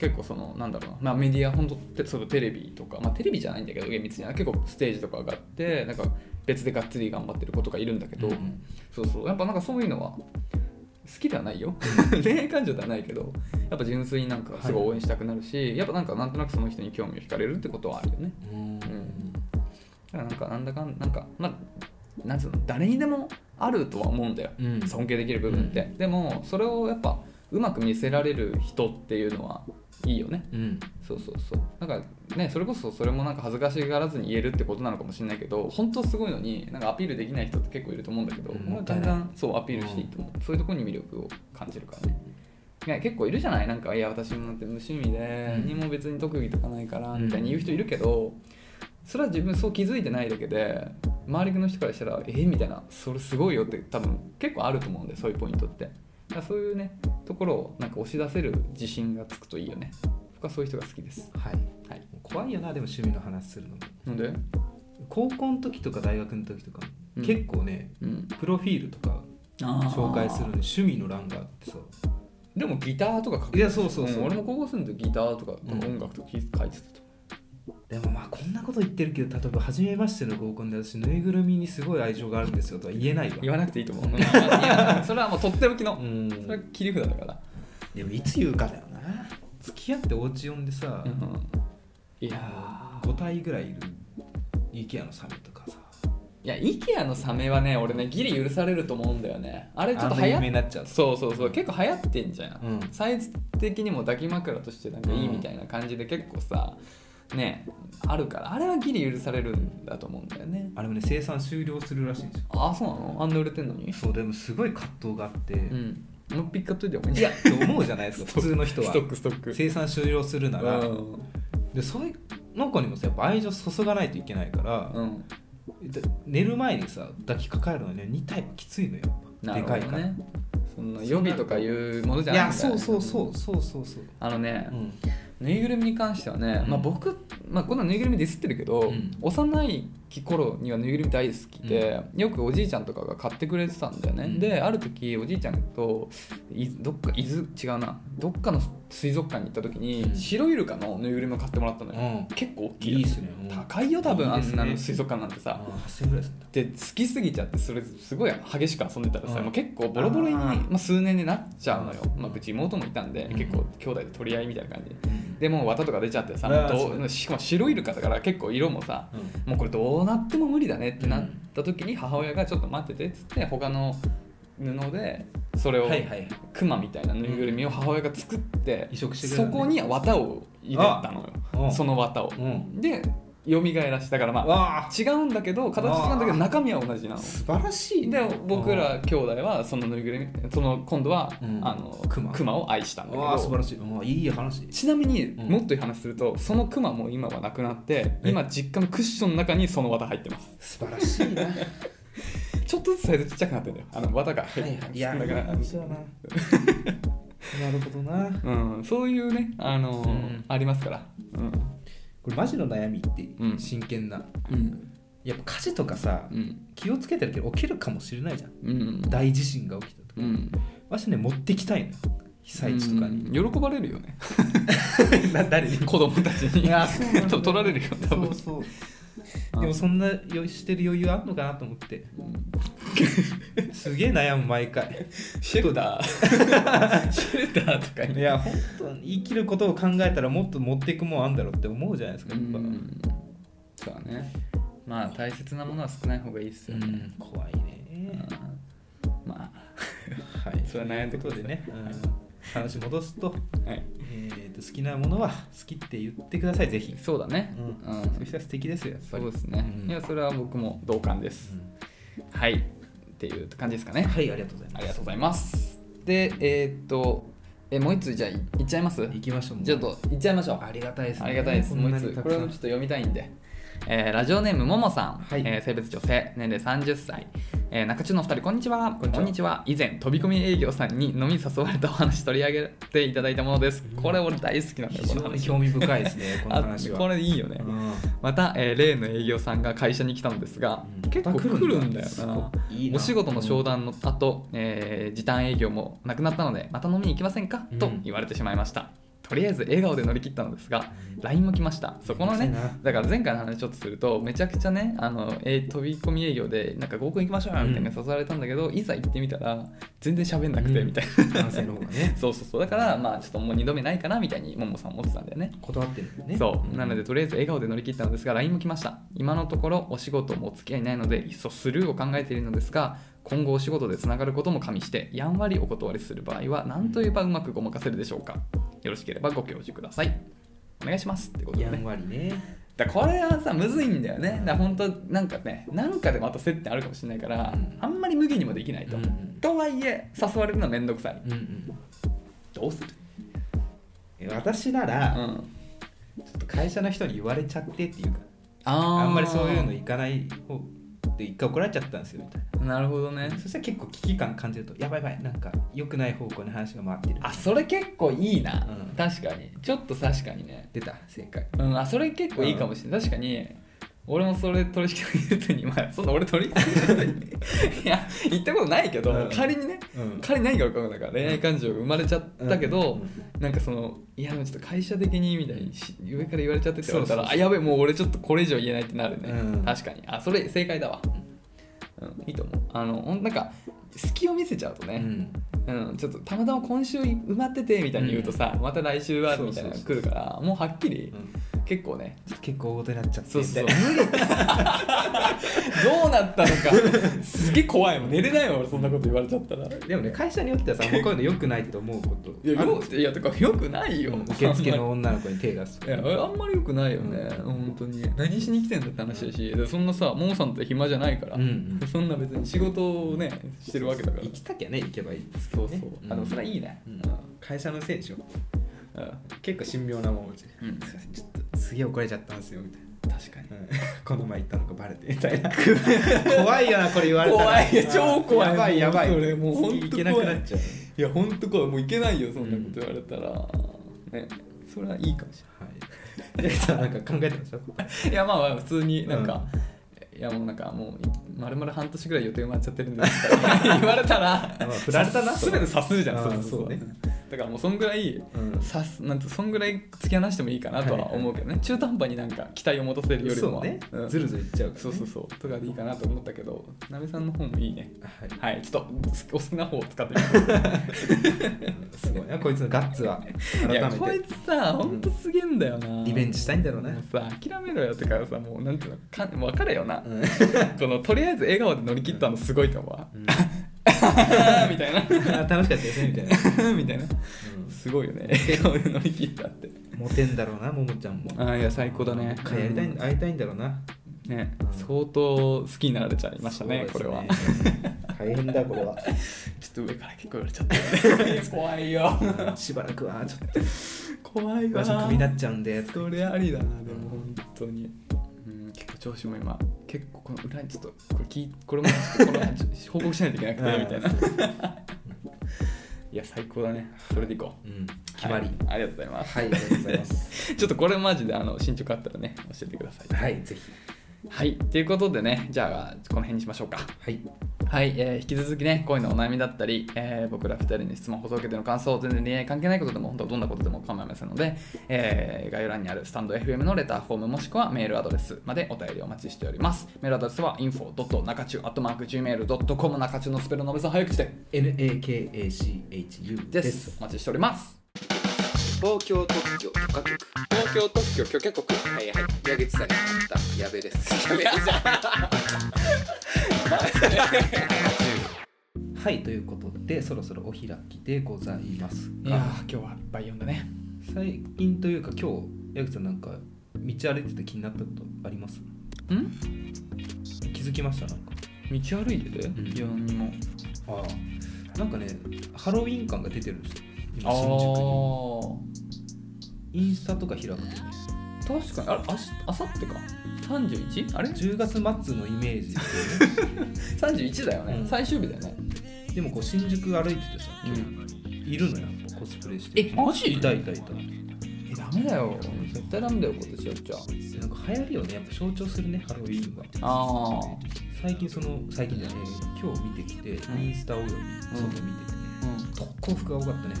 Speaker 2: 結構そのなんだろうな、まあ、メディア本当ってそのテレビとか、まあ、テレビじゃないんだけど厳密には結構ステージとか上がってなんか別でがっつり頑張ってる子とかいるんだけど、
Speaker 1: うん
Speaker 2: そうそうやっぱなんかそういうのは好きではないよ恋愛感情ではないけどやっぱ純粋になんかすごい応援したくなるし、やっぱなんかなんとなくその人に興味を惹かれるってことはあるよね
Speaker 1: うん
Speaker 2: んだからなんかなんだかんなんかまあなんつうの誰にでもあるとは思うんだよ
Speaker 1: うん
Speaker 2: 尊敬できる部分って、
Speaker 1: う
Speaker 2: でもそれをやっぱうまく見せられる人っていうのはいいよね
Speaker 1: うん
Speaker 2: そうそうそうなんかねそれこそそれもなんか恥ずかしがらずに言えるってことなのかもしれないけど本当すごいのになんかアピールできない人って結構いると思うんだけど、
Speaker 1: うん
Speaker 2: 俺はだんだんそうアピールしていいと思う、そういうところに魅力を感じるからねね結構いるじゃないなんかいや私もなんて無趣味で、
Speaker 1: うん
Speaker 2: 何も別に特技とかないから
Speaker 1: うん
Speaker 2: みたいに言う人いるけど、それは自分そう気づいてないだけで周りの人からしたらえみたいなそれすごいよって多分結構あると思うんでそういうポイントってだからそういうねところをなんか押し出せる自信がつくといいよね僕はそういう人が好きです
Speaker 1: はい
Speaker 2: はい
Speaker 1: 怖いよなでも趣味の話するの
Speaker 2: なんで
Speaker 1: 高校の時とか大学の時とか、
Speaker 2: うん
Speaker 1: 結構ね
Speaker 2: うん
Speaker 1: プロフィールとか紹介するのに趣味の欄があってさ
Speaker 2: でもギターとか書く
Speaker 1: いやそうそうそう、
Speaker 2: ん俺も高校生の時ギターとか
Speaker 1: うん
Speaker 2: 音楽とか書いてたと、
Speaker 1: でもまあこんなこと言ってるけど例えば初めましての合コンで私ぬいぐるみにすごい愛情があるんですよとは言えないわ
Speaker 2: 言わなくていいと思 ういやそれはもうとっておきの、
Speaker 1: うん
Speaker 2: それは切り札だから、
Speaker 1: でもいつ言うかだよな付き合ってお家呼んでさ、
Speaker 2: いや
Speaker 1: 5体ぐらいいる IKEA のサメとかさ
Speaker 2: いや IKEA のサメはね俺ねギリ許されると思うんだよねあれちょっと
Speaker 1: あんな
Speaker 2: 流行
Speaker 1: 有
Speaker 2: っ
Speaker 1: 名になっちゃう
Speaker 2: そうそうそう結構流行ってんじゃん、
Speaker 1: うん
Speaker 2: サイズ的にも抱き枕としてなんかいいみたいな感じで結構さねあるからあれはギリ許されるんだと思うんだよね
Speaker 1: あれもね生産終了するらしいんですよ
Speaker 2: あそうなのあんな売れてんのに
Speaker 1: そうでもすごい葛藤があって、
Speaker 2: うんもうピックアップでもいいん
Speaker 1: い
Speaker 2: じゃ
Speaker 1: や
Speaker 2: ん
Speaker 1: って思うじゃないです か普通の人は
Speaker 2: ストックストック
Speaker 1: 生産終了するなら、
Speaker 2: うん
Speaker 1: でそういうの子にもさやっぱ愛情注がないといけないから、
Speaker 2: うん
Speaker 1: だ寝る前にさ抱きかかえるのに2体はきついのよやっぱ
Speaker 2: なるほ
Speaker 1: でか
Speaker 2: ど
Speaker 1: いから
Speaker 2: ねそんな予備とかいうものじゃ
Speaker 1: い
Speaker 2: ない
Speaker 1: や
Speaker 2: んだよ
Speaker 1: そう
Speaker 2: ね
Speaker 1: そうそうそうそうそう、
Speaker 2: あのね、
Speaker 1: うん、
Speaker 2: ぬいぐるみに関してはね、
Speaker 1: うん
Speaker 2: まあ、僕、まあ、こんなぬいぐるみディスってるけど、
Speaker 1: うん
Speaker 2: 幼い頃にはぬいぐるみ大好きで、よくおじいちゃんとかが買ってくれてたんだよね、
Speaker 1: うん
Speaker 2: である時おじいちゃんといどっか伊豆違うなどっかの水族館に行った時に、
Speaker 1: うん
Speaker 2: 白イルカのぬいぐるみを買ってもらったのよ、
Speaker 1: うん
Speaker 2: 結構大きい
Speaker 1: いい
Speaker 2: や
Speaker 1: っ
Speaker 2: つ
Speaker 1: すねうん
Speaker 2: 高いよ多分
Speaker 1: いいですね
Speaker 2: あんなの水族館なんてさ、
Speaker 1: あー8000円ぐらいするんだ
Speaker 2: で好きすぎちゃってそれすごい激しく遊んでたらさ、
Speaker 1: うん
Speaker 2: もう結構ボロボロに
Speaker 1: あー
Speaker 2: まあ、数年になっちゃうのよ、
Speaker 1: うん
Speaker 2: まあ、うち妹もいたんで、
Speaker 1: うん
Speaker 2: 結構兄弟で取り合いみたいな感じで
Speaker 1: うん
Speaker 2: でもう綿とか出ちゃってさ
Speaker 1: あー
Speaker 2: どう
Speaker 1: そ
Speaker 2: しかも白イルカだから結構色もさ
Speaker 1: うん
Speaker 2: もうこれどうなっても無理だねってなった時に母親がちょっと待っててっつって他の布でそれを
Speaker 1: はいはいはい
Speaker 2: クマみたいなぬいぐるみを母親が作って
Speaker 1: 移植してくれ
Speaker 2: そ
Speaker 1: たね
Speaker 2: こに綿を入れたの
Speaker 1: う
Speaker 2: よ
Speaker 1: ん
Speaker 2: その綿を
Speaker 1: うん
Speaker 2: で蘇らしたからまあ
Speaker 1: わあ
Speaker 2: 違うんだけど形違うんだけど
Speaker 1: あー
Speaker 2: 中身は同じなの
Speaker 1: 素晴らしいね
Speaker 2: で僕ら兄弟はそのぬいぐるみその今度は、
Speaker 1: うん
Speaker 2: あの
Speaker 1: ク
Speaker 2: ク
Speaker 1: マ
Speaker 2: マを愛したんだけ
Speaker 1: わあ素晴
Speaker 2: ど
Speaker 1: らしいうんいい話
Speaker 2: ちなみに
Speaker 1: うん
Speaker 2: もっといい話すると、そのクマも今はなくなって
Speaker 1: え
Speaker 2: 今実家のクッションの中にその綿入ってます
Speaker 1: 素晴らし いな
Speaker 2: ちょっとずつサイズちっちゃくなってんだよあの綿が
Speaker 1: は
Speaker 2: 入って
Speaker 1: いいやいい話 だななるほどな
Speaker 2: うん、そういうね、あのー
Speaker 1: うん
Speaker 2: ありますから、うん
Speaker 1: これマジの悩みって
Speaker 2: うん
Speaker 1: 真剣な、
Speaker 2: うん
Speaker 1: やっぱ火事とかさ
Speaker 2: うん
Speaker 1: 気をつけてるけど起きるかもしれないじゃん
Speaker 2: うん
Speaker 1: 大地震が起きたとか、
Speaker 2: うん、
Speaker 1: 私ね持ってきたいのよ被災地とかに、
Speaker 2: うん喜ばれるよ ね
Speaker 1: な誰に
Speaker 2: 子供たちに
Speaker 1: そう
Speaker 2: 多分取られるよ多分
Speaker 1: そうそうでもそんな余裕してる余裕あんのかなと思 って
Speaker 2: うん
Speaker 1: すげえ悩む毎回
Speaker 2: シェルター シェルターとか
Speaker 1: い
Speaker 2: に
Speaker 1: や本当に生きることを考えたらもっと持っていくもんあんだろうって思うじゃないですかやっぱ
Speaker 2: うんそうだねまあ大切なものは少ない方がいいっすよね、
Speaker 1: うん怖いね
Speaker 2: うんま
Speaker 1: はい
Speaker 2: それは悩んで
Speaker 1: という
Speaker 2: く
Speaker 1: こと
Speaker 2: ださい
Speaker 1: でね、うん話戻すと,、
Speaker 2: あはい
Speaker 1: えー、と好きなものは好きって言ってくださいぜひ、
Speaker 2: そうだね
Speaker 1: う
Speaker 2: うんん、
Speaker 1: そしたら素敵ですよやっぱ
Speaker 2: そ
Speaker 1: り
Speaker 2: うですね、
Speaker 1: うん
Speaker 2: いやそれは僕も同感です、はいっていう感じですかね
Speaker 1: はいありがとうございます
Speaker 2: ありがとうございますでえーっとえもう一つじゃあいいっちゃいます
Speaker 1: 行きましょうもう
Speaker 2: ちょっといっちゃいましょう
Speaker 1: ありがたいですね
Speaker 2: ありがたいです。
Speaker 1: こん
Speaker 2: もう
Speaker 1: な
Speaker 2: 一
Speaker 1: に
Speaker 2: つ、
Speaker 1: た
Speaker 2: こ
Speaker 1: く
Speaker 2: れ
Speaker 1: さ
Speaker 2: を
Speaker 1: ん
Speaker 2: ちょっと読みたいんで。えーラジオネームももさん、
Speaker 1: はい
Speaker 2: えー性別女性、年齢30歳、えー中中のお二人、こんにちは。
Speaker 1: こんにちは
Speaker 2: 以前、飛び込み営業さんに飲み誘われたお話取り上げていただいたものです。
Speaker 1: うん
Speaker 2: これ俺大好きなんだよ、
Speaker 1: 非常
Speaker 2: この
Speaker 1: に
Speaker 2: 話。
Speaker 1: 興味深いですねこの話は
Speaker 2: あこれいいよね。
Speaker 1: うん
Speaker 2: また、えー例の営業さんが会社に来たのですが、
Speaker 1: うん
Speaker 2: 結構
Speaker 1: また
Speaker 2: 来るんだよ
Speaker 1: すご
Speaker 2: な。
Speaker 1: いいいな
Speaker 2: お仕事の商談の後、えー時短営業もなくなったのでまた飲みに行きませんか、
Speaker 1: うん
Speaker 2: と言われてしまいましたとりあえず笑顔で乗り切ったのですが LINE も来ましたそこのねだから前回の話ちょっとするとめちゃくちゃねあの、えー飛び込み営業でなんか合コン行きましょうよみたいなの誘われたんだけど、いざ行ってみたら全然喋んなくてみたいな、
Speaker 1: 男性の方が ね
Speaker 2: そうそうそうだからまあちょっともう2度目ないかなみたいにももさん思ってたんだよね
Speaker 1: 断ってるんだよね
Speaker 2: そうなのでとりあえず笑顔で乗り切ったのですが LINE も来ました今のところお仕事もお付き合いないのでいっそスルーを考えているのですが今後お仕事でつながることも加味してやんわりお断りする場合は何と言えばうまくごまかせるでしょうかよろしければご教授くださいお願いしますってことで
Speaker 1: や
Speaker 2: ね
Speaker 1: んわりね
Speaker 2: だからこれはさむずいんだよねだから本当なんかねなんかでまた接点あるかもしれないから
Speaker 1: うん
Speaker 2: あんまり無限にもできないと、
Speaker 1: うんうん
Speaker 2: とはいえ誘われるのはめんどくさい
Speaker 1: うんうん
Speaker 2: どうする、
Speaker 1: え私な
Speaker 2: う
Speaker 1: ら、
Speaker 2: ん、
Speaker 1: ちょっと会社の人に言われちゃってっていうか
Speaker 2: あ
Speaker 1: あんまりそういうの行かない方で一回怒られちゃったんですよみたい
Speaker 2: のなるほどね
Speaker 1: なそしたら結構危機感感じるとやばいやばいなんか良くない方向に話が回ってる
Speaker 2: あそれ結構いいな、
Speaker 1: うん
Speaker 2: 確かにちょっと確かにね
Speaker 1: 出た正解
Speaker 2: うんあそれ結構いいかもしれない、確かに俺もそれ取引先の人にまあそんな俺取引先の人にいや言ったことないけど、
Speaker 1: うん
Speaker 2: 仮にね
Speaker 1: うん
Speaker 2: 仮に何が起こるんだから恋愛感情が生まれちゃったけど、なんかそのいやでもちょっと会社的にみたいにし上から言われちゃってって言われたら
Speaker 1: そうそうそう
Speaker 2: あやべえもう俺ちょっとこれ以上言えないってなるね、
Speaker 1: うん
Speaker 2: 確かにあそれ正解だわ、うん、いいと思うあのほんなんか隙を見せちゃうとね、
Speaker 1: うん
Speaker 2: うん、ちょっとたまたま今週埋まっててみたいに言うとさ、また来週はみたいなのが来るからもうはっきり
Speaker 1: うん
Speaker 2: 結構ね
Speaker 1: ちょっと結構大事になっちゃって
Speaker 2: そうそうそう
Speaker 1: みたい な
Speaker 2: どうなったのかすげえ怖いもん寝れないもん俺そんなこと言われちゃったらい
Speaker 1: でもね会社によ ってはさもうこういうの良くないって思うこと
Speaker 2: や
Speaker 1: ある
Speaker 2: よいやとかよくないよ、
Speaker 1: うん受付の女の子に手出す
Speaker 2: いやあんまりよくないよね、本当に何しに来てんだって話だしでそんなさモンさんって暇じゃないから、
Speaker 1: うんうん
Speaker 2: そんな別に仕事をねしてるわけだから
Speaker 1: 行きたきゃね行けばいいですけ
Speaker 2: そ
Speaker 1: ど
Speaker 2: うそう
Speaker 1: ね、
Speaker 2: あ
Speaker 1: あ
Speaker 2: の
Speaker 1: の
Speaker 2: そ
Speaker 1: そ
Speaker 2: れ
Speaker 1: れ
Speaker 2: はいいね
Speaker 1: うん会社のせいでしょ
Speaker 2: うん、うん
Speaker 1: 結構神妙な面持ちで
Speaker 2: うん
Speaker 1: すいませんちょっとすげえ怒られちゃったんですよみたいな
Speaker 2: 確かに
Speaker 1: うんこの前行ったのがバレてみたいな 怖いよなこれ言われたら
Speaker 2: 怖いよ超怖い
Speaker 1: やばいやばい
Speaker 2: もうそれもう
Speaker 1: 次行けなくなっちゃう
Speaker 2: いや本当怖いもういけないよそんなこと言われたら、ねそれはいいかもし
Speaker 1: はいジャックさんなんか考えてま した
Speaker 2: れないいやまあまあ普通になんか、いやもうなんかもうまるまる半年ぐらい予定埋まっちゃってるんですみたいな 言われたら
Speaker 1: あ振られたな
Speaker 2: すべて察するじゃん
Speaker 1: あーそうね
Speaker 2: だからもうそんぐらい
Speaker 1: うん
Speaker 2: さすなんてそんぐらい突き放してもいいかなとは思うけどね、中途半端になんか期待を持たせるよりも
Speaker 1: そうね
Speaker 2: うん
Speaker 1: ずるずるいっちゃうからね
Speaker 2: そうそうそうとかでいいかなと思ったけどなべさんの方もいいね
Speaker 1: はい
Speaker 2: はいちょっとお好きな方を使ってみて
Speaker 1: すごいなこいつのガッツはい改
Speaker 2: や
Speaker 1: め
Speaker 2: こい
Speaker 1: て
Speaker 2: つさほんとすげえんだよな、
Speaker 1: リベンジしたいんだろうね
Speaker 2: もうさ諦めろよってからさもうなんていうのかもう分かれよな、
Speaker 1: うん
Speaker 2: このとりあえず笑顔で乗り切ったのすごいと思う わ、
Speaker 1: うん
Speaker 2: みたいな
Speaker 1: あ楽しかったですねみたいな、
Speaker 2: みたいなすごいよね笑顔で乗り切ったって
Speaker 1: うん、モテんだろうなももちゃんも
Speaker 2: ああいや最高だね
Speaker 1: 一回やりたいん会いたいんだろうな
Speaker 2: ね相当好きになられちゃいましたね
Speaker 1: そう
Speaker 2: これは
Speaker 1: ですね大変だこれは
Speaker 2: ちょっと上から結構言われちゃったよね 怖いよ
Speaker 1: うんしばらくはちょっと
Speaker 2: 怖いわ
Speaker 1: 私クビになっちゃうんでとか
Speaker 2: それありだなでも本当に、うん、結構調子も今結構この裏にちょっとこれ聞いこれもちょっとこのちょ報告しないといけなくてみたいな
Speaker 1: あーそう
Speaker 2: いや最高だねそれでいこう
Speaker 1: うん決まり
Speaker 2: はいありがとうございます
Speaker 1: はいありがとうございます
Speaker 2: ちょっとこれマジであの進捗あったらね教えてください
Speaker 1: はいぜひ
Speaker 2: はいということでねじゃあこの辺にしましょうか
Speaker 1: はい
Speaker 2: はい、えー引き続きね恋のお悩みだったり、えー僕ら2人の質問補足での感想全然恋愛関係ないことでも本当どんなことでも構いませんので、えー概要欄にあるスタンド FM のレターフォームもしくはメールアドレスまでお便りお待ちしておりますメールアドレスは info.nakachu.gmail.com 中中のスペルのべさん早口で
Speaker 1: NAKACHU
Speaker 2: で
Speaker 1: ですす
Speaker 2: お待ちしております
Speaker 3: 東京特許許可局
Speaker 2: 東京特許許可国
Speaker 3: はいはい矢口さんに会った矢部です矢部です
Speaker 1: はいということでそろそろお開きでございます
Speaker 2: いやー今日はいっぱい読んだね
Speaker 1: 最近というか今日矢口さんなんか道歩いてて気になったことあります
Speaker 2: ん
Speaker 1: 気づきましたなんか
Speaker 2: 道歩いてて、
Speaker 1: ん
Speaker 2: いや何も
Speaker 1: ああなんかねハロウィン感が出てるんですよ
Speaker 2: あ
Speaker 1: 今新宿に
Speaker 2: ー
Speaker 1: インスタとか開くとね
Speaker 2: 確かにあれあしあさってか 31? あれ
Speaker 1: 10月末のイメージで、
Speaker 2: 31だよね、
Speaker 1: うん
Speaker 2: 最終日だよね
Speaker 1: でもこう新宿歩いててさ
Speaker 2: うん
Speaker 1: いるのよやっぱコスプレしてる人
Speaker 2: えマジ
Speaker 1: いたいたいた
Speaker 2: えダメだよ絶対ダメだよ今年やっちゃ
Speaker 1: なんか流行りをねやっぱ象徴するねハロウィーンは
Speaker 2: あ
Speaker 1: 最近その最近じゃねえ今日見てきて、
Speaker 2: ん
Speaker 1: インスタおよび外見ててね、
Speaker 2: うん
Speaker 1: 特攻服が多かったね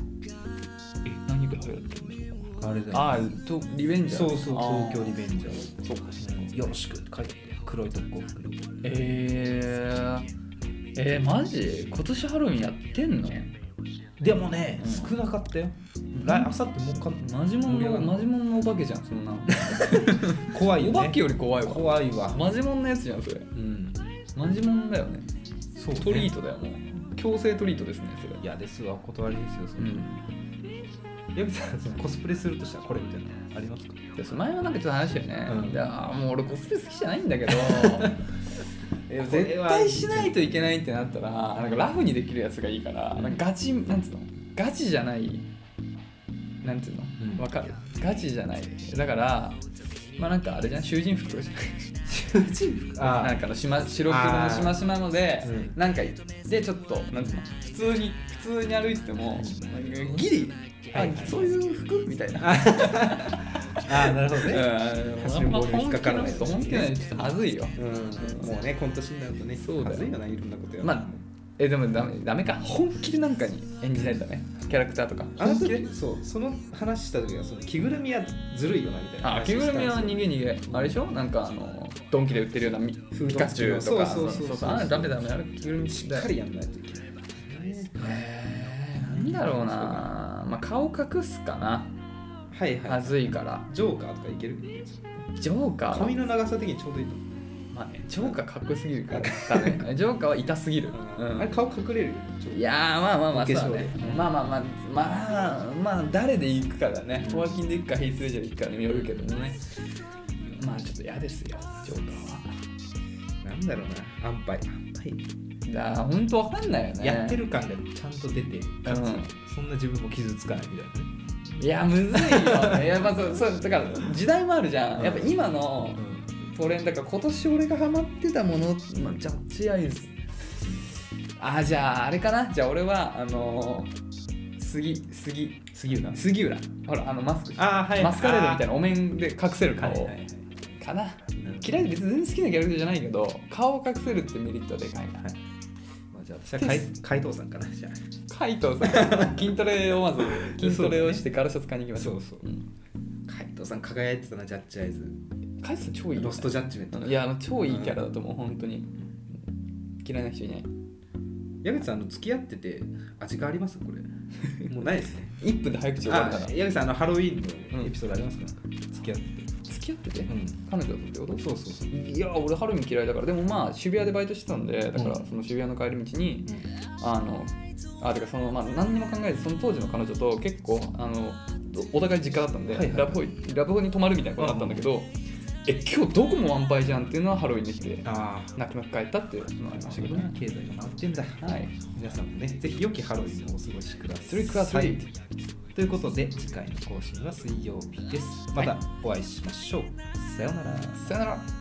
Speaker 2: え何が流行ってるんでしょ
Speaker 1: あれだよ
Speaker 2: ああとリベンジャ
Speaker 1: そ
Speaker 2: ー
Speaker 1: うそう東京リベンジャー
Speaker 2: 京そうかし
Speaker 1: うんよろしくって書いてある黒い特攻服
Speaker 2: えー、えー、マジ今年ハロウィンやってんの
Speaker 1: でもね、
Speaker 2: うん
Speaker 1: 少なかったよ来あさってもうか
Speaker 2: マジモンのマジモンのお化けじゃんそんな
Speaker 1: 怖いよ
Speaker 2: お
Speaker 1: ね
Speaker 2: 化けより怖いわ
Speaker 1: 怖いわ
Speaker 2: マジモンのやつじゃんそれ
Speaker 1: うん
Speaker 2: マジモンだよね
Speaker 1: そうね
Speaker 2: トリートだよもう強制トリートですねそれ
Speaker 1: いやですわお断りですよそうれ
Speaker 2: ん
Speaker 1: 矢部さんそのコスプレするとしたらこれみたいなのありますか
Speaker 2: でその前はなんかちょっと話したよね、
Speaker 1: うん
Speaker 2: いやーもう俺コスプレ好きじゃない んだけどえ
Speaker 1: これ
Speaker 2: 絶
Speaker 1: は
Speaker 2: 対しないといけないってなったらなんかラフにできるやつがいいから、なんかガチなんつうのガチじゃないなんつうの、
Speaker 1: うん
Speaker 2: わかるガチじゃないだからまあなんかあれじゃん囚人服とかじゃない
Speaker 1: 囚人服あ
Speaker 2: なんかのしま白黒のしましまので、
Speaker 1: う
Speaker 2: なんかでちょっとなんていうの普通に普通に歩いてても、なんかギリ、
Speaker 1: はい
Speaker 2: あそういう服みたいな
Speaker 1: ああなるほどね
Speaker 2: 走
Speaker 1: 走るボールに引っかからない
Speaker 2: 本気ないちょっとはずいよ
Speaker 1: うんもうね今年になるとね
Speaker 2: そうだよ
Speaker 1: まずいよないろんなことやる
Speaker 2: まあえでもダメダメか本気でなんかに演じないとダメキャラクターとか
Speaker 1: あの
Speaker 2: 本気
Speaker 1: 時
Speaker 2: で
Speaker 1: そうその話した時はその着ぐるみはずるいよなみたいな
Speaker 2: あ
Speaker 1: 話
Speaker 2: 着ぐるみは
Speaker 1: したんで
Speaker 2: 逃げ逃げあれでしょなんかあのドンキで売ってるようなみ
Speaker 1: ード
Speaker 2: ピカチュウとか
Speaker 1: そうそうそうそう
Speaker 2: あダメダメあれ着ぐるみ
Speaker 1: すよしっ
Speaker 2: だよ
Speaker 1: かりやんないといけない
Speaker 2: えーなんだろうなまあ顔隠すかな
Speaker 1: はいは
Speaker 2: はいずいから
Speaker 1: ジョーカーとかいける
Speaker 2: ジョーカーは
Speaker 1: 髪の長さ的にちょうどいいと思う
Speaker 2: まあねジョーカーかっこよすぎるからダ メジョーカーは痛すぎるうん
Speaker 1: あれ顔隠れるよジョーカー
Speaker 2: いやーまあまあまあ
Speaker 1: お
Speaker 2: そ
Speaker 1: 化
Speaker 2: う
Speaker 1: 粧
Speaker 2: だねまあまあまあまあまあ誰で行くかだねホアキンで行くかヘイスレジャーで行くかにもよるけどもねまあちょっと嫌ですよジョー
Speaker 1: なんだろうな安牌安牌
Speaker 2: カーはだからほんとわかんないよね
Speaker 1: やってる感がちゃんと出て、
Speaker 2: ん
Speaker 1: そんな自分も傷つかないみたいなね
Speaker 2: いやむずいよいやまあそうそうだから時代もあるじゃんやっぱ今のトレンドだから今年俺がハマってたもの、まあ、ジャッジアイズあじゃああれかなじゃあ俺はあのー、杉杉
Speaker 1: 杉浦
Speaker 2: 杉浦ほらあのマスクして
Speaker 1: あーはい
Speaker 2: マスカレードみたいなお面で隠せる
Speaker 1: は
Speaker 2: 顔
Speaker 1: いはいはい
Speaker 2: かな
Speaker 1: うん
Speaker 2: 嫌いで別に全然好きなキャラクターじゃないけど顔を隠せるってメリットはでかいな
Speaker 1: はいまあ、じゃあ私はかい海藤さんかなじゃあ
Speaker 2: 海藤さん筋トレを まず筋トレをしてガラシャツ買いに行きましょう
Speaker 1: そう
Speaker 2: う、ん、
Speaker 1: 海藤さん輝いてたなジャッジアイズ
Speaker 2: 海藤さん超いいよね
Speaker 1: ロストジャッジメント
Speaker 2: いや超いいキャラだと思う本当に嫌いな人いない
Speaker 1: 矢口さんあの付き合ってて味がありますこれ もうないですね
Speaker 2: 1分で早口終わる
Speaker 1: あ
Speaker 2: から付
Speaker 1: 矢口さんあのハロウィン
Speaker 2: う
Speaker 1: の
Speaker 2: ん
Speaker 1: エピソードありますか、付き合って
Speaker 2: き合ってて、
Speaker 1: て、ん、
Speaker 2: 彼女とってこと
Speaker 1: そうそうそう、
Speaker 2: いや俺ハロウィン嫌いだからでもまあ渋谷でバイトしてたんでだから
Speaker 1: うん
Speaker 2: その渋谷の帰り道にあのあてかそのまあ何にも考えずその当時の彼女と結構あのおお互い実家だったんで、
Speaker 1: はいはい
Speaker 2: ラブホイラブホに泊まるみたいなことだったんだけど、え今日どこもワンパイじゃんっていうのはハロウィンの日で
Speaker 1: あ
Speaker 2: 泣く泣く帰ったっていうのがありましたけどね
Speaker 1: 経済が回ってんだ
Speaker 2: はい
Speaker 1: 皆さんもねぜひ良きハロウィンをお過ごしください
Speaker 2: 3クラスリ
Speaker 1: ということで次回の更新は水曜日ですまたお会いしましょう、さようなら
Speaker 2: さよなら